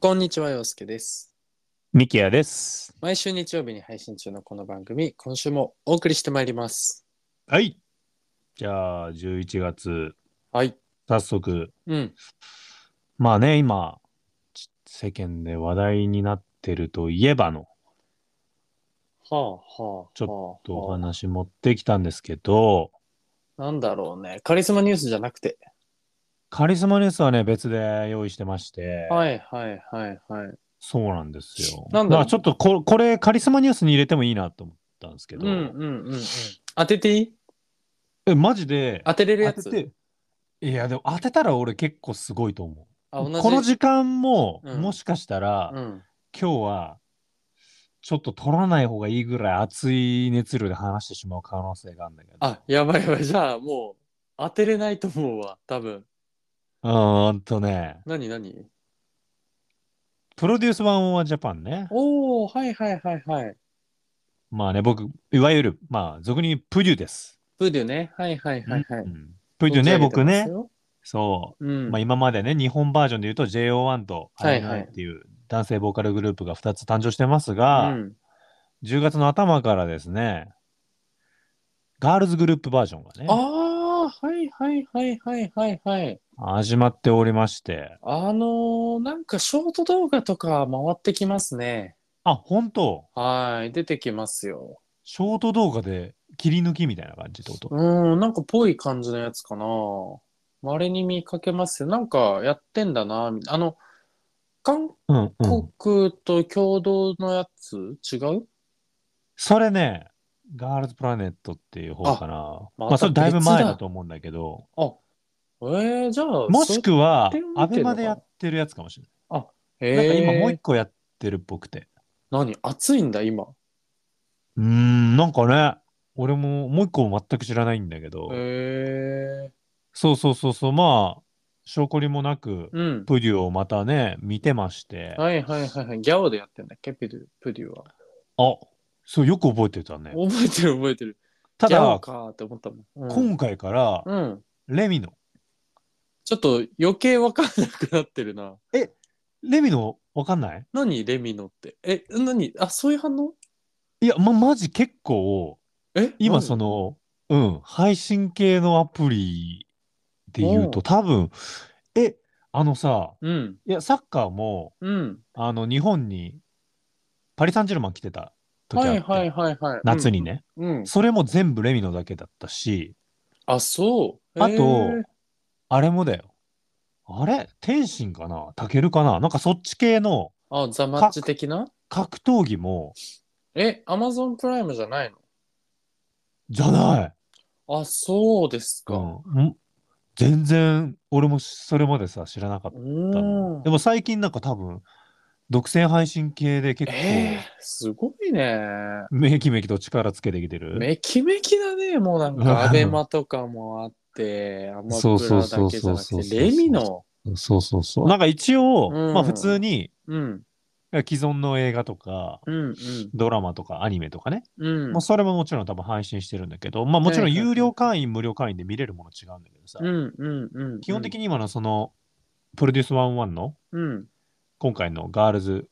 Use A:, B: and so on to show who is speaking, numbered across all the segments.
A: こんにちは、陽介です。
B: ミキヤです。
A: 毎週日曜日に配信中のこの番組、今週もお送りしてまいります。
B: はい。じゃあ、11月、
A: はい。
B: 早速。
A: うん。
B: まあね、今、ち世間で話題になってるといえばの、
A: はあはあはあ。
B: ち
A: ょ
B: とお話持ってきたんですけど、
A: なんだろうね。カリスマニュースじゃなくて。
B: カリスマニュースはね、別で用意してまして、
A: はいはいはいはい。
B: そうなんですよ。
A: なんだろう
B: まあちょっとこ、これ、カリスマニュースに入れてもいいなと思ったんですけ
A: う
B: ど、
A: んうんうんうん。当てていい
B: え、マジで、
A: 当てれるや
B: 当
A: つ。
B: てて、いや、でも当てたら俺結構すごいと思う。
A: あ、同じ。
B: この時間も、
A: うん
B: もしかしたら、
A: うん。
B: 今日はちょっと取らない方がいいぐらい熱い熱量で話してしまう可能性があるんだけど。
A: あ、やばいやばい。じゃあもう当てれないと思うわ。多分。
B: うーんとね、
A: 何何
B: プロデュース101ジャパンね。
A: おおはいはいはいはい。
B: まあね、僕、いわゆる、まあ、俗に言うプデュです。
A: プデュね。はいはいはいはい。
B: うんプデュね、
A: 存じ
B: 僕
A: 上げて
B: ね。
A: ますよ。
B: そうう。
A: ん。
B: まあ、今までね、日本バージョンで言うと JO1 と
A: はいはい
B: INI っていう男性ボーカルグループが2つ誕生してますが、
A: うん
B: 10月の頭からですね、ガールズグループバージョンがね、
A: ああ、はいはいはいはいはいはい。
B: 始まっておりまして、
A: あのーなんかショート動画とか回ってきますね。
B: あ、本当
A: はい、出てきますよ。
B: ショート動画で切り抜きみたいな感じってこと
A: うん、なんかぽい感じのやつかな。稀に見かけますよ。なんかやってんだな。みあの、韓
B: うん、うん。
A: 国と共同のやつ、違う
B: それね、ガールズプラネットっていう方かな。
A: ま
B: ま
A: た
B: あ、それだいぶ
A: 別だ
B: 前だと思うんだけど、
A: えー、じゃあ、
B: もしくは
A: それって見てんの、かな
B: アベマでやってるやつかもしれ
A: え
B: ない。なんか今もう
A: ー
B: 一個やってるっぽくて。
A: 何暑いんだ、今。
B: うーん、なんかね、俺ももう一個全く知らないんだけど、
A: えー、
B: そうそうそうそう、まあ、証拠りもなく、
A: うん。
B: プデュをまたね、見てまして、
A: はいはいはいはい。ギャオでやってんだっけ、プデュプデュは。
B: あ、そう、よく覚えてたね。
A: 覚えてる覚えてる。
B: た
A: ギャオ
B: だ、
A: かーって思ったもん。うん
B: 今回から、
A: うん。
B: レミの、
A: ちょっと余計わかんなくなってるな。
B: レミの、わかんない
A: 何レミノって。え、何あ、そういう反応
B: いや、ま、マジ結構、
A: え
B: 今
A: 何
B: その、うん、配信系のアプリで言う
A: おう
B: と、多分、え、あのさ、
A: うん。
B: いや、サッカーも、
A: うん。
B: あの、日本に、パリ・サンジェルマン来てた時
A: は
B: あ
A: い
B: って、
A: はいはいはい。
B: 夏にね、
A: うん。うん。
B: それも全部レミのだけだったし、
A: あ、そう。
B: あと
A: へー
B: あれもだよ。あれ天心かなタケルかななんかそっち系の
A: あ、ザマッチ的な
B: 格闘技も、
A: え、アマゾンプライムじゃない
B: じゃない、
A: のあ、そうです
B: う
A: か。
B: んん全然、俺もそれまでさ、知らなかった
A: う。
B: ったの
A: ん。
B: でも最近なんか多分、独占配信系で結構、
A: えー、すごいね。
B: めきめきと力つけてきてる。
A: めきめきだね、もうなん
B: うん
A: か、アベマとかもあって、アマ
B: そう
A: プ
B: そう
A: ラだ
B: そう
A: けじ
B: そ
A: ゃ
B: う
A: な
B: そう
A: くて、レミの。
B: そうそうそう。なんか一応、
A: うん
B: まあ普通に
A: うん、
B: 既存の映画とか、
A: うん、
B: ドラマとかアニメとかね、
A: うん、うん
B: まあ、、それももちろん多分配信してるんだけど、まあもちろ
A: は
B: ん
A: いはいはい
B: 有料会員、無料会員で見れるもの違うんだけどさ、
A: うん、うん、うん。
B: 基本的
A: に、
B: に今のその、プロデュース101の
A: うん、
B: 今回のガールズ、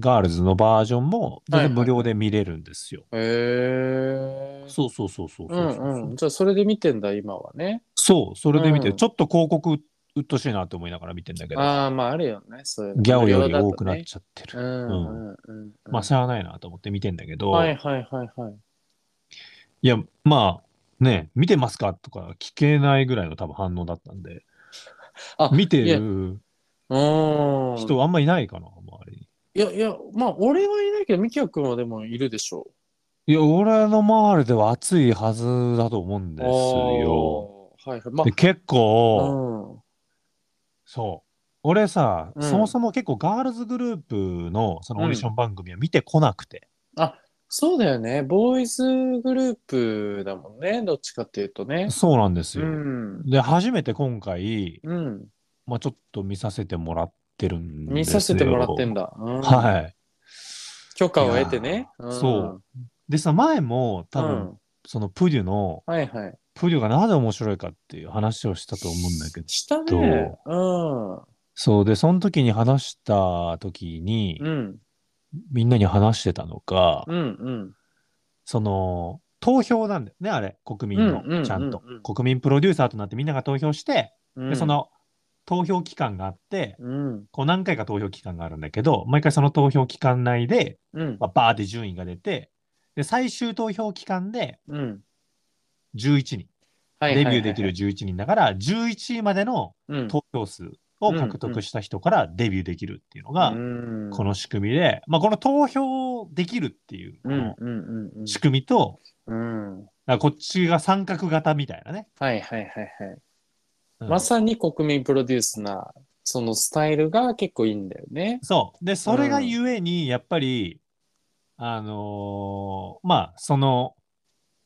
B: ガールズのバージョンも全
A: はいはい
B: 然無料で見れるんですよ。
A: へえー。
B: そうそうそうそうそううそう。
A: ん、うん。じゃあ、それで見てんだ、今はね。
B: そう、それで見て、
A: うん
B: ちょっと広告うっとうしいなと思いながら見てんだけど、
A: ああ、まあ、あるよね、そういうの。
B: ギャオより
A: 無料だとね
B: 多くなっちゃって
A: うん、
B: る。
A: うん、うん。
B: まあ、しゃあないなと思って見てんだけど、
A: はい
B: い、
A: はいはいはい。
B: や、まあ、ね、見てますかとか聞けないぐらいの多分反応だったんで、
A: あ
B: 見て
A: いや
B: る
A: うん。
B: 人あんまいないかな、周りに。
A: いやいや、まあ、俺はいないけど、ミキヤ君はでもいるでしょ
B: いや、俺の周りでは熱いはずだと思うん
A: う。
B: ですよ。
A: あー。はいはい。ま
B: で結
A: あ、
B: 構、
A: うん。
B: そう。俺さ、
A: うん
B: そもそも結構ガールズグループのそのオーディション番組は見てこなくて、
A: そうだよね。ボーイズグループだもんね。どっちかっていうとね。
B: そうなんです
A: う
B: よ。
A: ん。
B: で、初めて今回、
A: うん。
B: まあ、ちょっと見させてもらってるんですよ
A: 見させてもらってんだ。うん、
B: はい。
A: 許可を得てね。。
B: いやーそうでさ、前も多分、
A: うん
B: そのプデュの、
A: はいはい。
B: プデュがなぜ面白いかっていう話をしたと思うんだけど、
A: したね。うん。
B: そうで、その時に話した時に、
A: うん、
B: みんなに話してたのが、
A: うん、うん。
B: その、投票なんだよね、あれ、国民の、
A: うんうんうんうん
B: ちゃんと。国民プロデューサーとなってみんなが投票して、
A: うん、
B: でそ、の投票期間があって、
A: うん、
B: こう何回か投票期間があるんだけど、毎回その投票期間内で、
A: うん、
B: まあ、バーって順位が出て、で、最終投票期間で
A: うん。
B: 11人、
A: は
B: デ
A: いはいはい
B: ビューできる。11人だから、11位までの
A: うん。
B: 投票数を獲得した人からデビューできるっていうのが、
A: うん
B: こ、の仕組みで、まあ、この投票できるっていう
A: う
B: こ
A: ん
B: の、
A: うん、うん、うん。
B: 仕組みと、
A: うん。
B: あこっちが三角型みたいなね。
A: はいはいはいはい。
B: うん
A: まさに国民プロデュースな、そのスタイルが結構いいんだよね。
B: そう。で、それがゆえに、やっぱり、あのーまあ、その、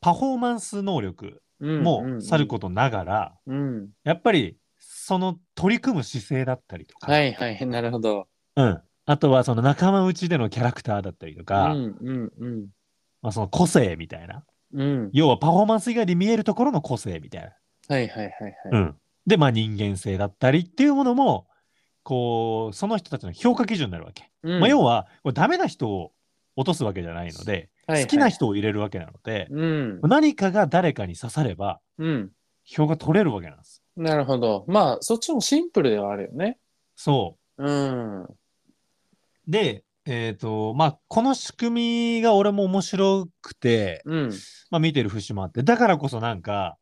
B: パフォーマンス能力
A: うん。
B: もさることとながら、
A: うん。
B: やっぱり、その取り組む姿勢だったりとか、
A: はいはい、なるほど。
B: うん。あとは、その仲間内でのキャラクターだったりと
A: う
B: か、
A: んうんうん。
B: まあ、その個性みたいな。
A: うん。
B: 要は、パフォーマンス以外で見えるところの個性みたいな。
A: はいはいはいは
B: う
A: い。
B: ん、で、まあ、人間性だったりっていうものもこうその人たちの評価基準になるわけ、
A: うん
B: まあ、要はこれダメな人を落とすわけじゃないので、
A: はいはい
B: 好きな人を入れるわけなので、
A: うん。
B: 何かが誰かに刺されば
A: うん。
B: 票が取れるわけなんです
A: なるほど。まあ、そっちもシンプルではあるよね。
B: そ
A: うん。
B: うでえっ、とまあこの仕組みが俺も面白くて、
A: うん。
B: まあ、見てる節もあってだからこそなんか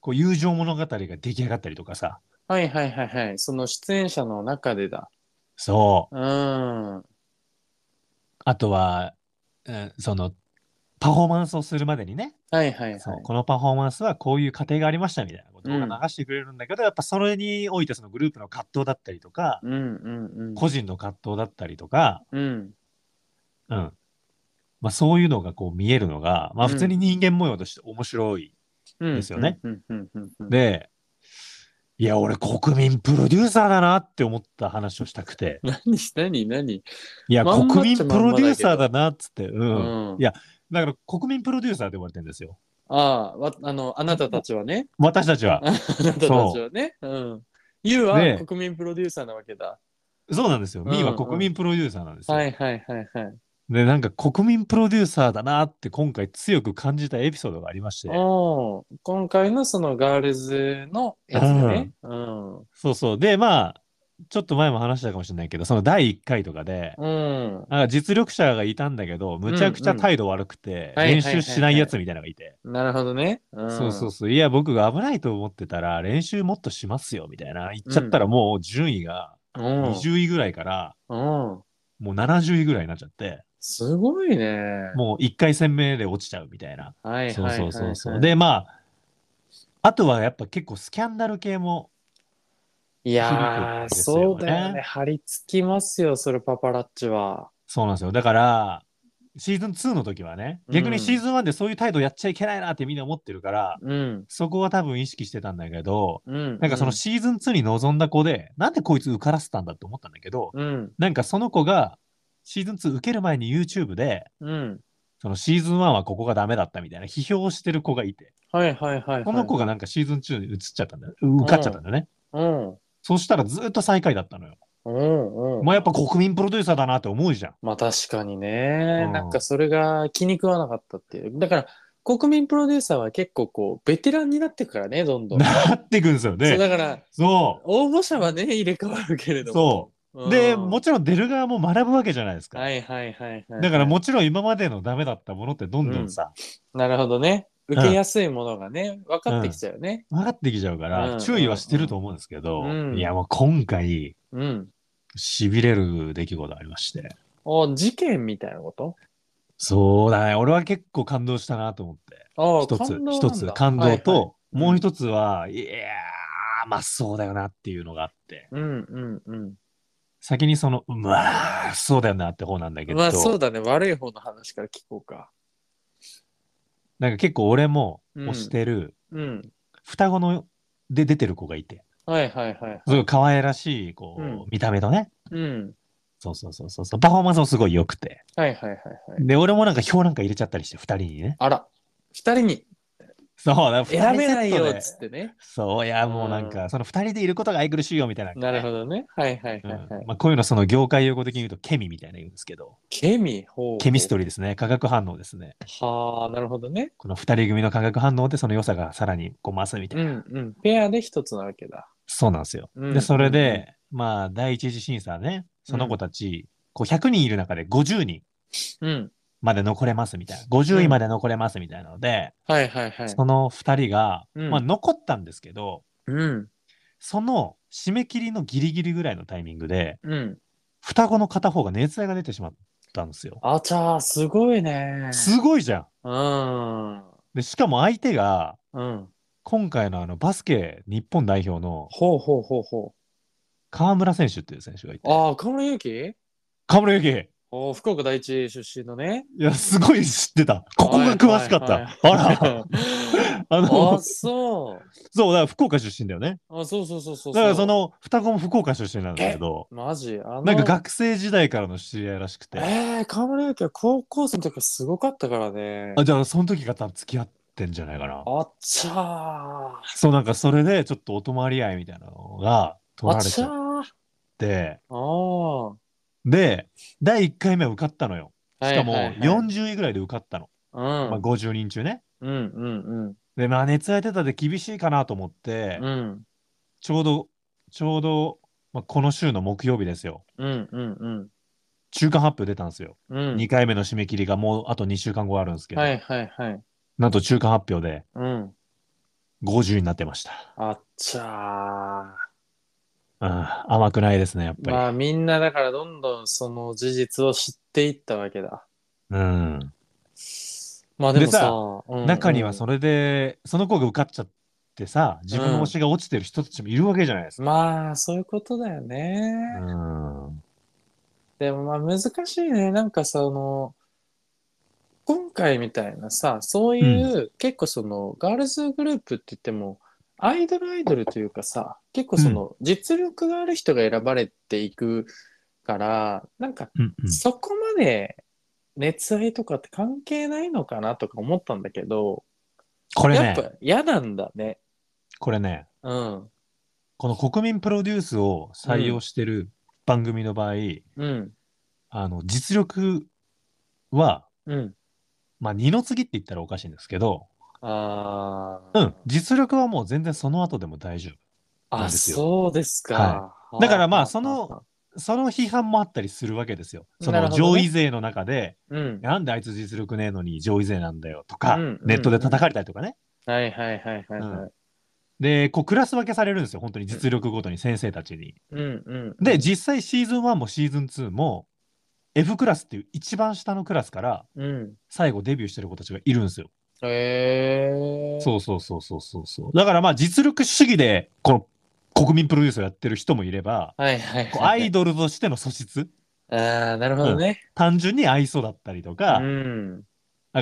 B: こう友情物語が出来上がったりとかさ
A: はいはいはいはい。その出演者の中でだ。
B: そう
A: うん。
B: あとは、うんそのパフォーマンスをするまでにね
A: はいはいはい。
B: そうこのパフォーマンスはこういう過程がありましたみたいなことを流してくれるんだけど、やっぱそれにおいてそのグループの葛藤だったりとか、
A: うんうんうん。
B: 個人の葛藤だったりとか、
A: うん。
B: うんまあ、そういうのがこう見えるのが、まあ、普通に人間模様として面白い。
A: うん。
B: ですよね。
A: うんうんうんうん。
B: でいや俺国民プロデューサーだなって思った話をしたくて
A: 何何何
B: いや
A: まんまっ
B: 国民
A: ちゃ
B: プ
A: まんまだけど
B: ロデューサーだなっつって、
A: う
B: う
A: ん
B: んいやだから国民プロデューサーって呼ばれてるんですよ
A: ああ、わあの、あなたたちはね。
B: 私たちは
A: あなたたちはね。うん。ユウは
B: ね
A: 国民プロデューサーなわけだ。
B: そうなんですよ、
A: うんうん
B: ミーは国民プロデューサーなんですよ、
A: はいはいはいはい。
B: で、なんか国民プロデューサーだなって今回強く感じたエピソードがありまして、
A: おー今回のそのガールズのやつだね。うん。
B: そうそう。で、まあ、ちょっと前も話したかもしれないけど、その第1回とかで、
A: うん。
B: なんか実力者がいたんだけど、むちゃくちゃ態度悪くて、
A: うんはい
B: 練習しないやつみたいなのがいて、
A: なるほどね。うん、
B: そうそうそう、いや、僕が危ないと思ってたら、練習もっとしますよみたいな、言っちゃったらもう順位が
A: うん。
B: 20位ぐらいから、
A: うん。
B: もう70位ぐらいになっちゃって、
A: すごいね。
B: もう1回戦目で落ちちゃうみたいな。
A: はいはい
B: そ
A: は
B: う
A: い、はい。
B: そうそうそう。、で、まあ、あとはやっぱ結構スキャンダル系も
A: いやー、
B: 響くんですよね
A: そうだよね。張り付きますよ、それパパラッチは。
B: そうなんですよ。だから、シーズン2の時はね、逆
A: うん
B: にシーズン1でそういう態度やっちゃいけないなってみんな思ってるから、
A: うん。
B: そこは多分意識してたんだけど、
A: うん。
B: なんかそのシーズン2に臨んだ子で、なんでこいつ受からせたんだって思ったんだけど、
A: うん。
B: なんかその子がシーズン2受ける前に YouTube で、
A: うん。
B: そのシーズン1はここがダメだったみたいな批評をしてる子がいて、
A: はいはいはい、はい。
B: この子がなんかシーズン2に移っちゃったんだよ。受かっちゃったんだよね。
A: うん。
B: そうしたらずっと最下位だったのよ。
A: うんうん。
B: まあやっぱ国民プロデューサーだなって思うじゃん。
A: まあ確かにね、
B: うん
A: なんかそれが気に食わなかったっていう。だから国民プロデューサーは結構こうベテランになってくからね、ど んどん。
B: なってくんですよ
A: そう
B: ね。
A: だから
B: そ
A: 応募者はね、入れ替わるけれ
B: う。
A: ど
B: そ
A: も。
B: う。で、
A: うん
B: もちろん出る側も学ぶわけじゃないですか。
A: はいはいはいはい。
B: だからもちろん今までのダメだったものってどんどんさ、
A: なるほどね。受けやすいものがね、分かってきちゃうよね。
B: 分かってきちゃうか
A: う
B: ら、
A: ん
B: 注意はしてると思うんですけど、
A: うん
B: いやもう今回、
A: うん。
B: 痺れる出来事ありまして。
A: お事件みたいなこと
B: そうだね。俺は結構感動したなと思って。
A: あ
B: 一つ、一つ
A: 感
B: 感
A: 動なんだ
B: 動と、
A: はいはいうん
B: もう一つは、いやー、まあそうだよなっていうのがあって。
A: うんうん
B: 先にその、まあ、そうだよなって方なんだ
A: う
B: け
A: ん。
B: ど、
A: まあそうだね、悪い方の話から聞こうか。
B: なんか結構俺も
A: うん
B: 推してる、
A: うん。
B: 双子ので出てる子がいて、
A: はいはいはい。
B: すごい可愛らしい、こう、
A: うん
B: 見た目のね、
A: うん。
B: そうそうそうそうそう、パフォーマンスもすごい良くて。
A: はいはいはいはい。
B: で、俺もなんか票なんか入れちゃったりして、二人にね。
A: あら、二人に。
B: そう、だか
A: 選
B: ら二人
A: べ
B: セ
A: ない
B: ット
A: よ
B: で
A: っつってね。
B: そう、いや、もうなんか、その二人でいることが愛くるしいよみたいな。
A: なるほどね。はいはいはいはい。
B: うんまあ、こういうの、その業界用語的に言うと、ケミみたいな言うんですけど、
A: ケミ、ほう。
B: ケミストリーですね、化学反応ですね。
A: はあ、なるほどね。
B: この二人組の化学反応で、その良さがさらにこう増すみた
A: う
B: いな。
A: んうん。ペアで一つなわけだ。
B: そうなんですよ。
A: うん
B: で、それで、まあ、第一次審査ね、その子たち、こう100人いる中で50人
A: うん。
B: まで残れますみたいな、50位まで残れますみたいなので、
A: はいはいはい。
B: その二人が、
A: うん
B: まあ、残ったんですけど、
A: うん。
B: その締め切りのギリギリぐらいのタイミングで、
A: うん。
B: 双子の片方が熱愛が出てしまったんですよ。
A: あちゃー、すごいね。
B: すごいじゃん。
A: うん。
B: で、しかも相手が、
A: うん。
B: 今回のあのバスケ日本代表の
A: ほうほうほうほ。
B: 河村選手っていう選手がいうて、
A: ああ、河村勇輝
B: 河村ゆき、
A: おー福岡第一出身の ね。
B: いや、すごい知ってた。ここが詳しかった。あら、 あ
A: あ、
B: の、
A: そう。
B: そう、だから福岡出身だよね。
A: あ、そうそうそうそうう。
B: だからそ、の双子も福岡出身なんだけど、
A: マジあの
B: なんか学生時代からの知り合いらしくて、
A: えー、河村勇輝は高校生の時からすごかったからね。
B: あじゃあその時が多分付き合ってんじゃないかな。
A: あっちゃ
B: そう、なんかそれでちょっとお泊まり合いみたいなのが
A: ー。あ
B: 取ら
A: っ
B: れ
A: ち
B: ち
A: ゃ
B: ゃっ
A: ー。
B: て、
A: ああ。は
B: で、第1回目は受かったのよ。
A: い
B: しかも
A: はいはい
B: 40位ぐらいで受かったの。
A: うん
B: まあ、50人中ね。
A: うんうん
B: で、まあ熱愛出たで厳しいかなと思って、
A: うんうん
B: ちょうど、ちょうど、まあ、この週の木曜日ですよ。
A: うんうんうん
B: 中間発表出たんですよ。
A: うん
B: 2回目の締め切りがもうあと2週間後あるんですけど、
A: はいはいはい
B: なんと中間発表で
A: うん
B: 50になってました。
A: あっちゃ
B: うん、甘くないですね、やっ
A: ー
B: ぱり。
A: まあみんなだからどんどんその事実を知っていったわけだ
B: うん。
A: まあでもさ
B: でさ
A: うんうん
B: 中にはそれで、その子が受かっちゃってさ、自分の推しが落ちてる人たちもいるわけじゃないですか。
A: まあそういうことだよね、
B: うん。
A: でもまあ難しいねなんかその今回みたいなさそういう、結構そのガールズグループって言ってもアイドルアイドルというかさ結構その実力がある人が選ばれていくからなんか
B: うんうん
A: そこまで熱愛とかって関係ないのかなとか思ったんだけど、
B: これ
A: やっ
B: ね、
A: ぱ嫌なんだね。
B: これね、
A: うん。
B: この国民プロデュースを採用してる番組の場合、
A: うん。
B: あの、実力は、
A: うん。
B: まあ、二の次って言ったらおかしいんですけど、
A: ああ。
B: うん、実力はもう全然その後でも大丈なん
A: あ、
B: ですよ
A: そうですか。
B: はいだからまあ
A: は
B: その、夫。その批判もあったりするわけですよ。そ
A: なる
B: の
A: ほど
B: 上
A: ね
B: 位勢の中で、
A: うん。
B: なんであいつ実力ねえのに上位勢なんだよとか、
A: うんうん
B: ネットで叩かれたりとかね。
A: はいはいはいはいはい。
B: で、こうクラス分けされるんですよ、本当に実力ごとに先生たちに。
A: うんうん。
B: で、実際シーズン1もシーズン2も、F クラスっていう一番下のクラスから
A: うん。
B: 最後デビューしてる子たちがいるんですよ。
A: へえ。
B: そうそうそうそうそうそう。だからまあ実力主義でこの国民プロデュースをやってる人もいれ ば、
A: はいはい
B: こうア
A: はい。
B: イドルとしての素質、
A: ああ、なるほどね。
B: 単純に愛想だったりと
A: う
B: か、
A: ん。
B: なん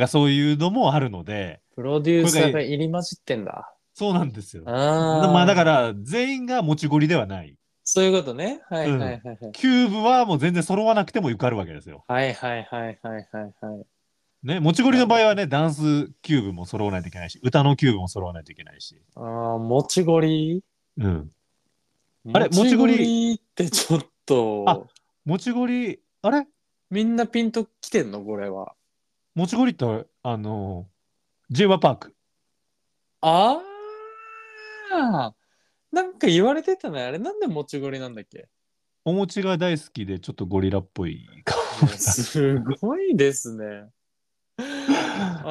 B: かそういうのもあるので、
A: プロデューサーが入り混じってんだ。
B: そうなんですよ。
A: ああ。。
B: まあだからら全員が持ちごりではない。
A: そういうことね。はいはいはいはい。
B: キューブはもう全然揃わなくても受かるわけですよ。
A: はいはいはいはいはいはい。
B: ね、持ちごりの場合はね、ダンスキューブも揃わないといけないし、歌のキューブも揃わないといけないし。
A: ああ、もちごり
B: うん。あれもちごり
A: ってちょっと、
B: 持ちごり、あれ
A: みんなピンときてんのこれは。
B: 持ちごりって、あの、j ワパーク。
A: ああなんか言われてたね。あれなんでもちごりなんだっ け
B: お餅が大好きで、ちょっとゴリラっぽい顔
A: もうすごいですね。あ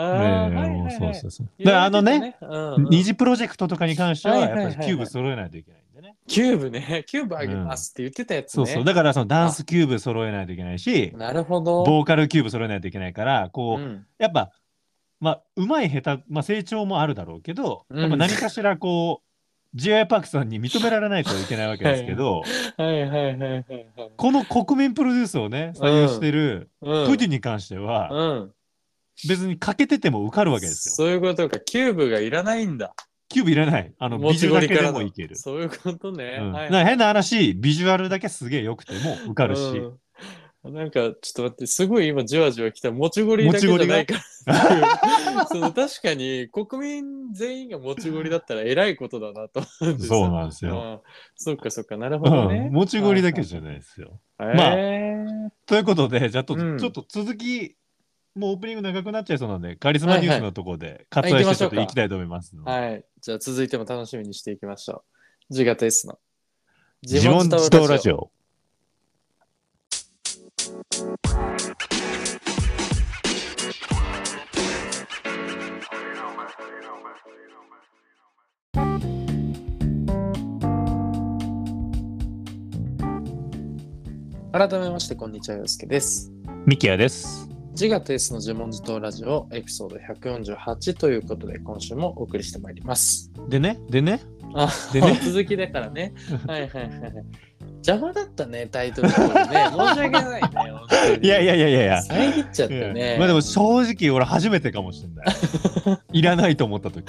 A: ー
B: ねえ
A: はいはいはい
B: もうそうそうそう。だ
A: 言
B: から
A: わ
B: あ
A: れて
B: の
A: た
B: ね、、
A: うんうん
B: 二次プロジェクトとかに関しては、
A: はい
B: や
A: はいはいはい
B: っぱりキューブ揃えないといけないんでね。
A: キューブね、キューブあげますって言ってたやつ
B: そ
A: ね。
B: うそう。だから、そのダンスキューブ揃えないといけないし、
A: なるほど。
B: ボーカルキューブ揃えないといけないから、こ
A: う
B: う、
A: ん、
B: やっぱ、まあ、うまい下手、まあ、成長もあるだろうけど、
A: うん
B: やっぱ何かしらこう、j パークさんに認められないといけないわけですけど、
A: はいはいはいはいはい。
B: この国民プロデュースをね、採用してる、
A: うん
B: プディに関しては、
A: うん。
B: 別に欠けてても受かるわけですよ。
A: そういうことか、キューブがいらないんだ。
B: キューブいらない。あの、
A: 持
B: ビジ
A: ち
B: ュ
A: ご
B: アル
A: り
B: だけ
A: か
B: で
A: ら
B: も
A: の
B: いける。
A: そういうことね。
B: うん
A: はい
B: なんか変な話、ビジュアルだけすげえ良くても受かるし、
A: うんなんか、ちょっと待って、すごい今、じわじわ来た。もちごりだけじゃないからっていう。その確かに、国民全員がもちごりだったら偉いことだなと思うんですよ。
B: そうなんですよ。
A: ああそっかそっか、なるほど
B: う
A: ね
B: ん。。持ちごりだけじゃないですよ。
A: はい
B: まあ
A: え
B: ということで、じゃあちょっと,、
A: うん
B: ちょっと続き、もうオープニング長くなっちゃいそうなんで、カリスマニュースのところで割愛してちょっと
A: はい行
B: 行き
A: き
B: たいと思いますので。
A: ーはい。じゃあ続いても楽しみにしていきましょう。ジガテスの。
B: 自問自答ラジ
A: オ。
B: オ。
A: 改めまして、こんにちは、洋介です。
B: ミキヤです。
A: 自我と S の自問自答ラジオエピソード148ということで今週もお送りしてまいります。
B: でね、でね、
A: あ、
B: でね
A: 続きだからね。はいはいはい。邪魔だったね、タイトルコール ね。申し訳ないね。本当に
B: いやいやいやいやいや。
A: 遮っちゃったね。
B: まあでも正直俺初めてかもしれ ない。いらないと思った時。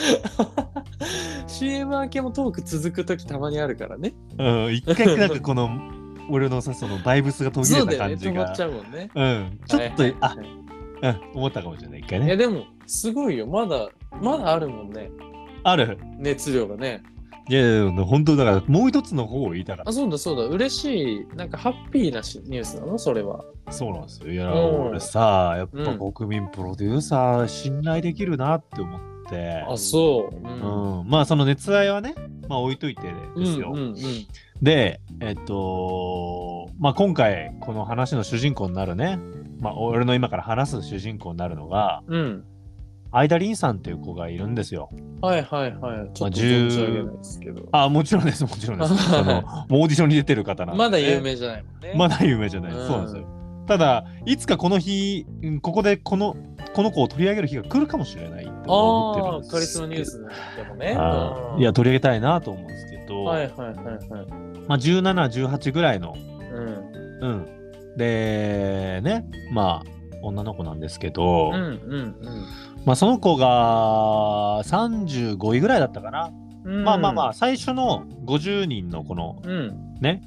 A: CM 明けもトーク続くときたまにあるからね。
B: うん、一回なんかこの俺のさそのバイブスが途切
A: そう
B: れ
A: だ
B: た
A: よね、
B: 感じ
A: 止
B: が
A: まっちゃうもんね。
B: うん、ちょっと、
A: はい
B: あ、うん、思ったかもしれない一回
A: いや
B: ね
A: でも、すごいよ。まだ、まだあるもんね。
B: ある
A: 熱量がね。
B: いやいやいや本当だからもう一つの方を言いたかっ
A: あ、そうだそうだ。嬉しい。なんかハッピーなしニュースなのそれは。
B: たそうなんですよいや、
A: うん
B: 俺さやっぱ
A: う
B: 国民プロデューサー信頼できるなって思って、
A: あ、そう。うん。
B: うんまあその熱愛はねまあ置いといてですよ、
A: うんうんうん。
B: でえっとまあ今回この話の主人公になるねまあ俺の今から話す主人公になるのが
A: うん。
B: 相田凛さんっていう子がいるんですよ
A: はいはいはい。ちょっと
B: 10
A: 存じ上げないですけど。
B: あもちろんですもちろんです そ のもうオーディションに出てる方なんで、
A: まだ有名じゃないもんね。
B: まだ有名じゃない、
A: うん
B: そうなんですよただいつかこの日うんここでこのこの子を取り上げる日が来るかもしれないと思ってる
A: あ
B: ん
A: あ
B: で、す
A: カリスマニュースでもね。
B: あ
A: う
B: ー
A: ん
B: いや、取り上げたいなと思うんですけど、
A: はいはいはいはい。
B: まあ、1718ぐらいの
A: うん。
B: うんでねまあ女の子なんですけ
A: う
B: ど、
A: んうん
B: まあ、その子が35位ぐらいだったかな、
A: うん。うん
B: まあまあまあ。最初の50人のこの
A: うん。
B: ね。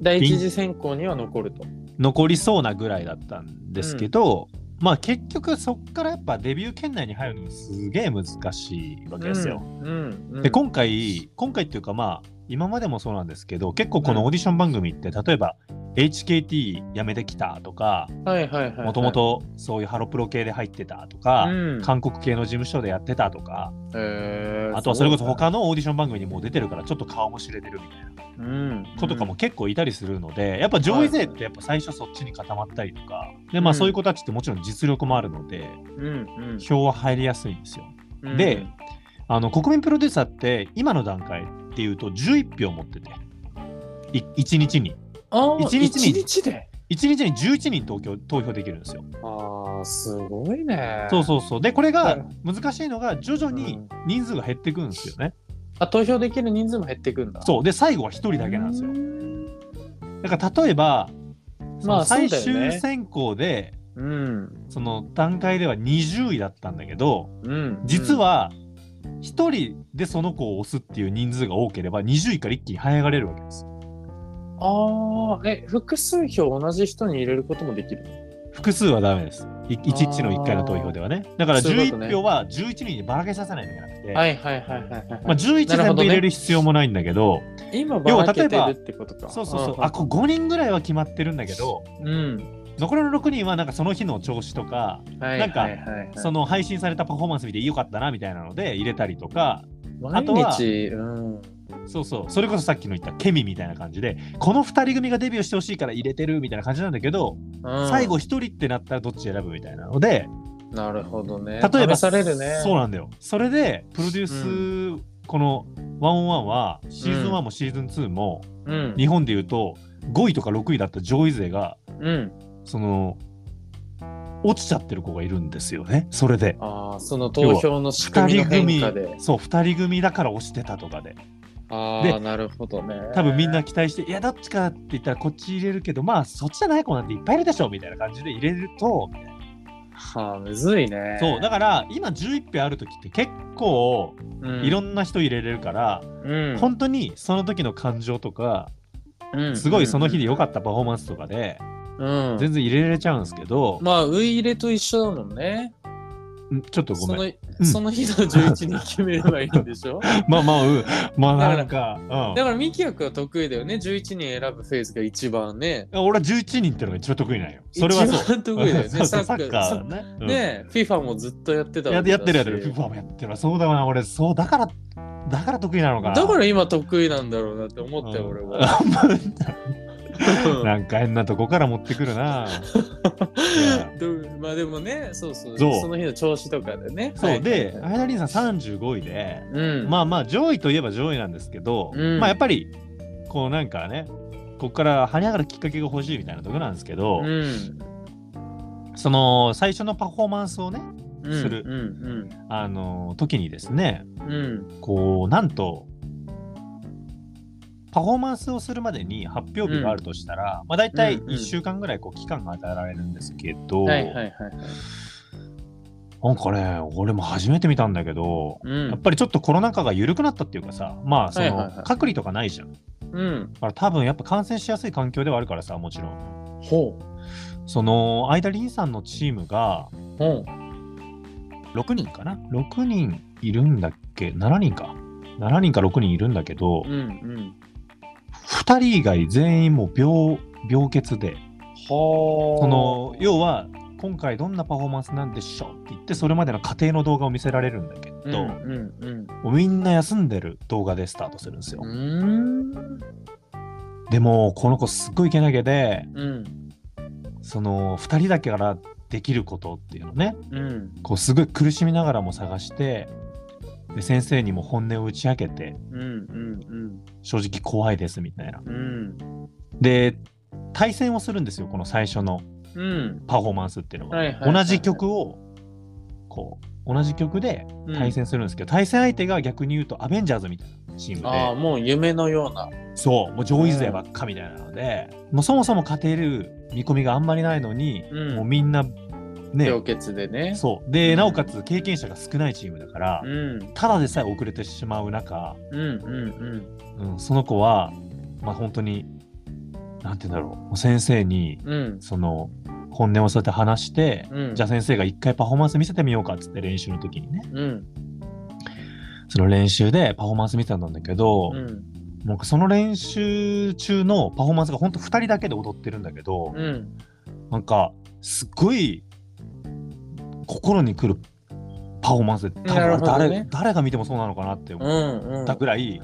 A: 第一次選考には残ると。
B: 残りそうなぐらいだったんですけど、まあ結局そっからやっぱデビュー圏内に入るのがすげえ難しいわけですよ。
A: うん。うん。うん
B: で今回今回っていうかまあ今までもそうなんですけど結構このオーディション番組って例えば HKT 辞めてきたとか
A: はいはいはいはい。
B: もともとそういうハロプロ系で入ってたとか、
A: うん
B: 韓国系の事務所でやってたとか
A: へー
B: あとはそれこそ他のオーディション番組にもう出てるからちょっと顔も知れてるみたいな
A: うん
B: 子とかも結構いたりするので、やっぱ上位勢ってやっぱ最初そっちに固まったりとかで、まあ、
A: うん
B: そういう子たちってもちろん実力もあるので
A: うんうん
B: 票は入りやすいんですよ。
A: うん。
B: であの国民プロデューサーって今の段階っていうと11票持ってて1日に
A: あー
B: 一日に
A: 一日で。
B: 1日に11人投票投票できるんですよ。
A: ああ、すごいね。
B: そうそうそうでこれが
A: は
B: 難しいのが徐々
A: う
B: に
A: ん
B: 人数が減っていくんですよね。
A: あ、投票できる人数も減っていくんだ。
B: そうで最後は1人だけなんですよ。だから例えばそ
A: ま
B: の
A: あそうだ
B: 最
A: よね
B: 終選考で
A: うん。
B: その段階では20位だったんだけど
A: うん。
B: 実は1人でその子を押すっていう人数が多ければ20位から一気に這い上がれるわけです。
A: ああ、え、複数票同じ人に入れることもできる
B: 複数はダメです。い1日の1回の投票ではね。だから
A: そういうことね
B: 11票は11人にばらけさせないといけなくて、
A: はいはいはいはいはいはい。
B: まあ、11
A: なる
B: 全
A: ほ
B: 部
A: どね
B: 入れる必要もないんだけど、
A: 今ばらけて
B: 要は例え
A: る
B: ば
A: ってことか。
B: そうそうそう、
A: ん
B: あこ5人ぐらいは決まってるんだけど、
A: うん。
B: 残りの6人はなんかその日の調子とか、
A: はい
B: なんか
A: はいはいはい
B: その配信されたパフォーマンス見て良かったなみたいなので入れたりとか、あ
A: 毎
B: とは
A: 日、うん。
B: そうそう、それこそさっきの言ったケミみたいな感じで、この2人組がデビューしてほしいから入れてるみたいな感じなんだけど、
A: うん
B: 最後1人ってなったらどっち選ぶみたいなので、
A: なるほどね。
B: 例えば
A: 試されるね。
B: そうなんだよそれでプロデュース、このワンオンワンはシーズン1もシーズン2も、
A: うん。
B: 日本でいうと5位とか6位だった上位勢が
A: うん。
B: その落ちちゃってる子がいるんですよねそれで
A: ああ、その投票の仕組みの変化で。
B: そう2人組だから押してたとかで
A: あ
B: で
A: あ、なるほどね。
B: 多分みんな期待して「いやどっちか」って言ったらこっち入れるけどまあそっちじゃない子なんていっぱいいるでしょみたいな感じで入れるとみたいな
A: はあ、むずいね。
B: そうだから今11票ある時って結構いろ
A: なん
B: な人入れれるから、
A: うん、
B: 本当にその時の感情とか、
A: うん
B: すごいその日で良かったパフォーマンスとかで、
A: うん。
B: 全然入れられちゃうんですけど、
A: まあ、ウイイレと一緒だもんね。
B: んちょっとご
A: そ
B: めん。
A: の
B: うん
A: その日の11日決めればいいんでしょ
B: まあまあ、うん、まあ
A: だから
B: なんか、うん
A: だから、ミキヤ君は得意だよね。11人選ぶフェーズが一番ね。
B: 俺は11人ってのが一番得意なんよ。それはそう
A: 一。番得意だよ
B: そ
A: ね。
B: うそ
A: サ
B: うサッ
A: ッカー。
B: カー
A: そ
B: ね。うん
A: ねえ、FIFA もずっとやってた
B: や
A: わ
B: っ
A: け
B: や
A: だ
B: っ
A: して
B: るやってる。FIFA もやってるわ。そうだな、俺、そう、だから、だから得意なのかな。
A: だから今得意なんだろうなって思ったよ、
B: うん
A: 俺は。
B: なんか変なとこから持ってく るな。いや
A: どうまあでもね、そうそう、
B: そう
A: その日の調子とかでね。
B: そう、
A: はい
B: で、アイダリンさん35位で、
A: うん、
B: まあまあ、上位といえば上位なんですけど、
A: うん
B: まあやっぱり、こうなんかね、ここから跳ね上がるきっかけが欲しいみたいなところなんですけど、
A: うん、
B: その最初のパフォーマンスをね、
A: うん
B: する
A: うん
B: あの時にですね、
A: うんうん
B: こうなんとパフォーマンスをするまでに発表日があるとしたら、まあ大体
A: うんうん
B: 1週間ぐらいこう期間が与えられるんですけど、
A: はいはいはいはい。
B: なんかね俺も初めて見たんだけど、
A: うん
B: やっぱりちょっとコロナ禍が緩くなったっていうかさまあそ
A: はいはいは
B: の
A: い
B: 隔離とかないじゃんだ
A: うん。
B: から多分やっぱ感染しやすい環境ではあるからさもちろん
A: ほ
B: その相田凛さんのチームが
A: う。ほ
B: 6人かな6人いるんだっけ7人か7人か6人いるんだけど、
A: う。うんうん。
B: 2人以外全員もう病病欠で
A: はあ。
B: その要は今回どんなパフォーマンスなんでしょうって言ってそれまでの過程の動画を見せられるんだけど、
A: うんうん
B: もうみんな休んでる動画でスタートするんですよ、
A: うん。う
B: でもこの子すっごいけなげで
A: ーん。うん
B: その2人だけからできることっていうのね
A: うん
B: こうすごい苦しみながらも探してで先生にも本音を打ち明けて
A: うんうん
B: 正直怖いですみたいな
A: うんうん
B: で対戦をするんですよこの最初の
A: うん。
B: パフォーマンスっていうのは,、
A: はいはいはいはい
B: 同じ曲をこう同じ曲で
A: うん
B: 対。戦するんですけど、対戦相手が逆に言うとアベンジャーズみたいなチー
A: ああ、
B: ム
A: もう夢のような。
B: でそうもう上位勢ばっかみたいなので、もうそもそも勝てる見込みがあんまりないのに、
A: うん
B: もうみんなね
A: 氷結でね。
B: そうでなおかつ経験者が少ないチームだから、
A: うん
B: ただでさえ遅れてしまう中、
A: うんうん
B: うん、その子はまあ本当になんて言うんだろうもう先生に
A: うんうん
B: その本音をそうやって話して、
A: うん
B: じゃあ先生が一回パフォーマンス見せてみようかっつって練習の時にね
A: うん
B: その練習でパフォーマンス見てたんだけど、
A: うん
B: もうその練習中のパフォーマンスがほんと2人だけで踊ってるんだけど、
A: うん
B: なんかすっごい心にくるパフォーマンスで多
A: なる
B: 分
A: ほど
B: 誰,、
A: ね
B: 誰が見てもそうなのかなって
A: う
B: 思っ
A: んうん
B: たぐらい、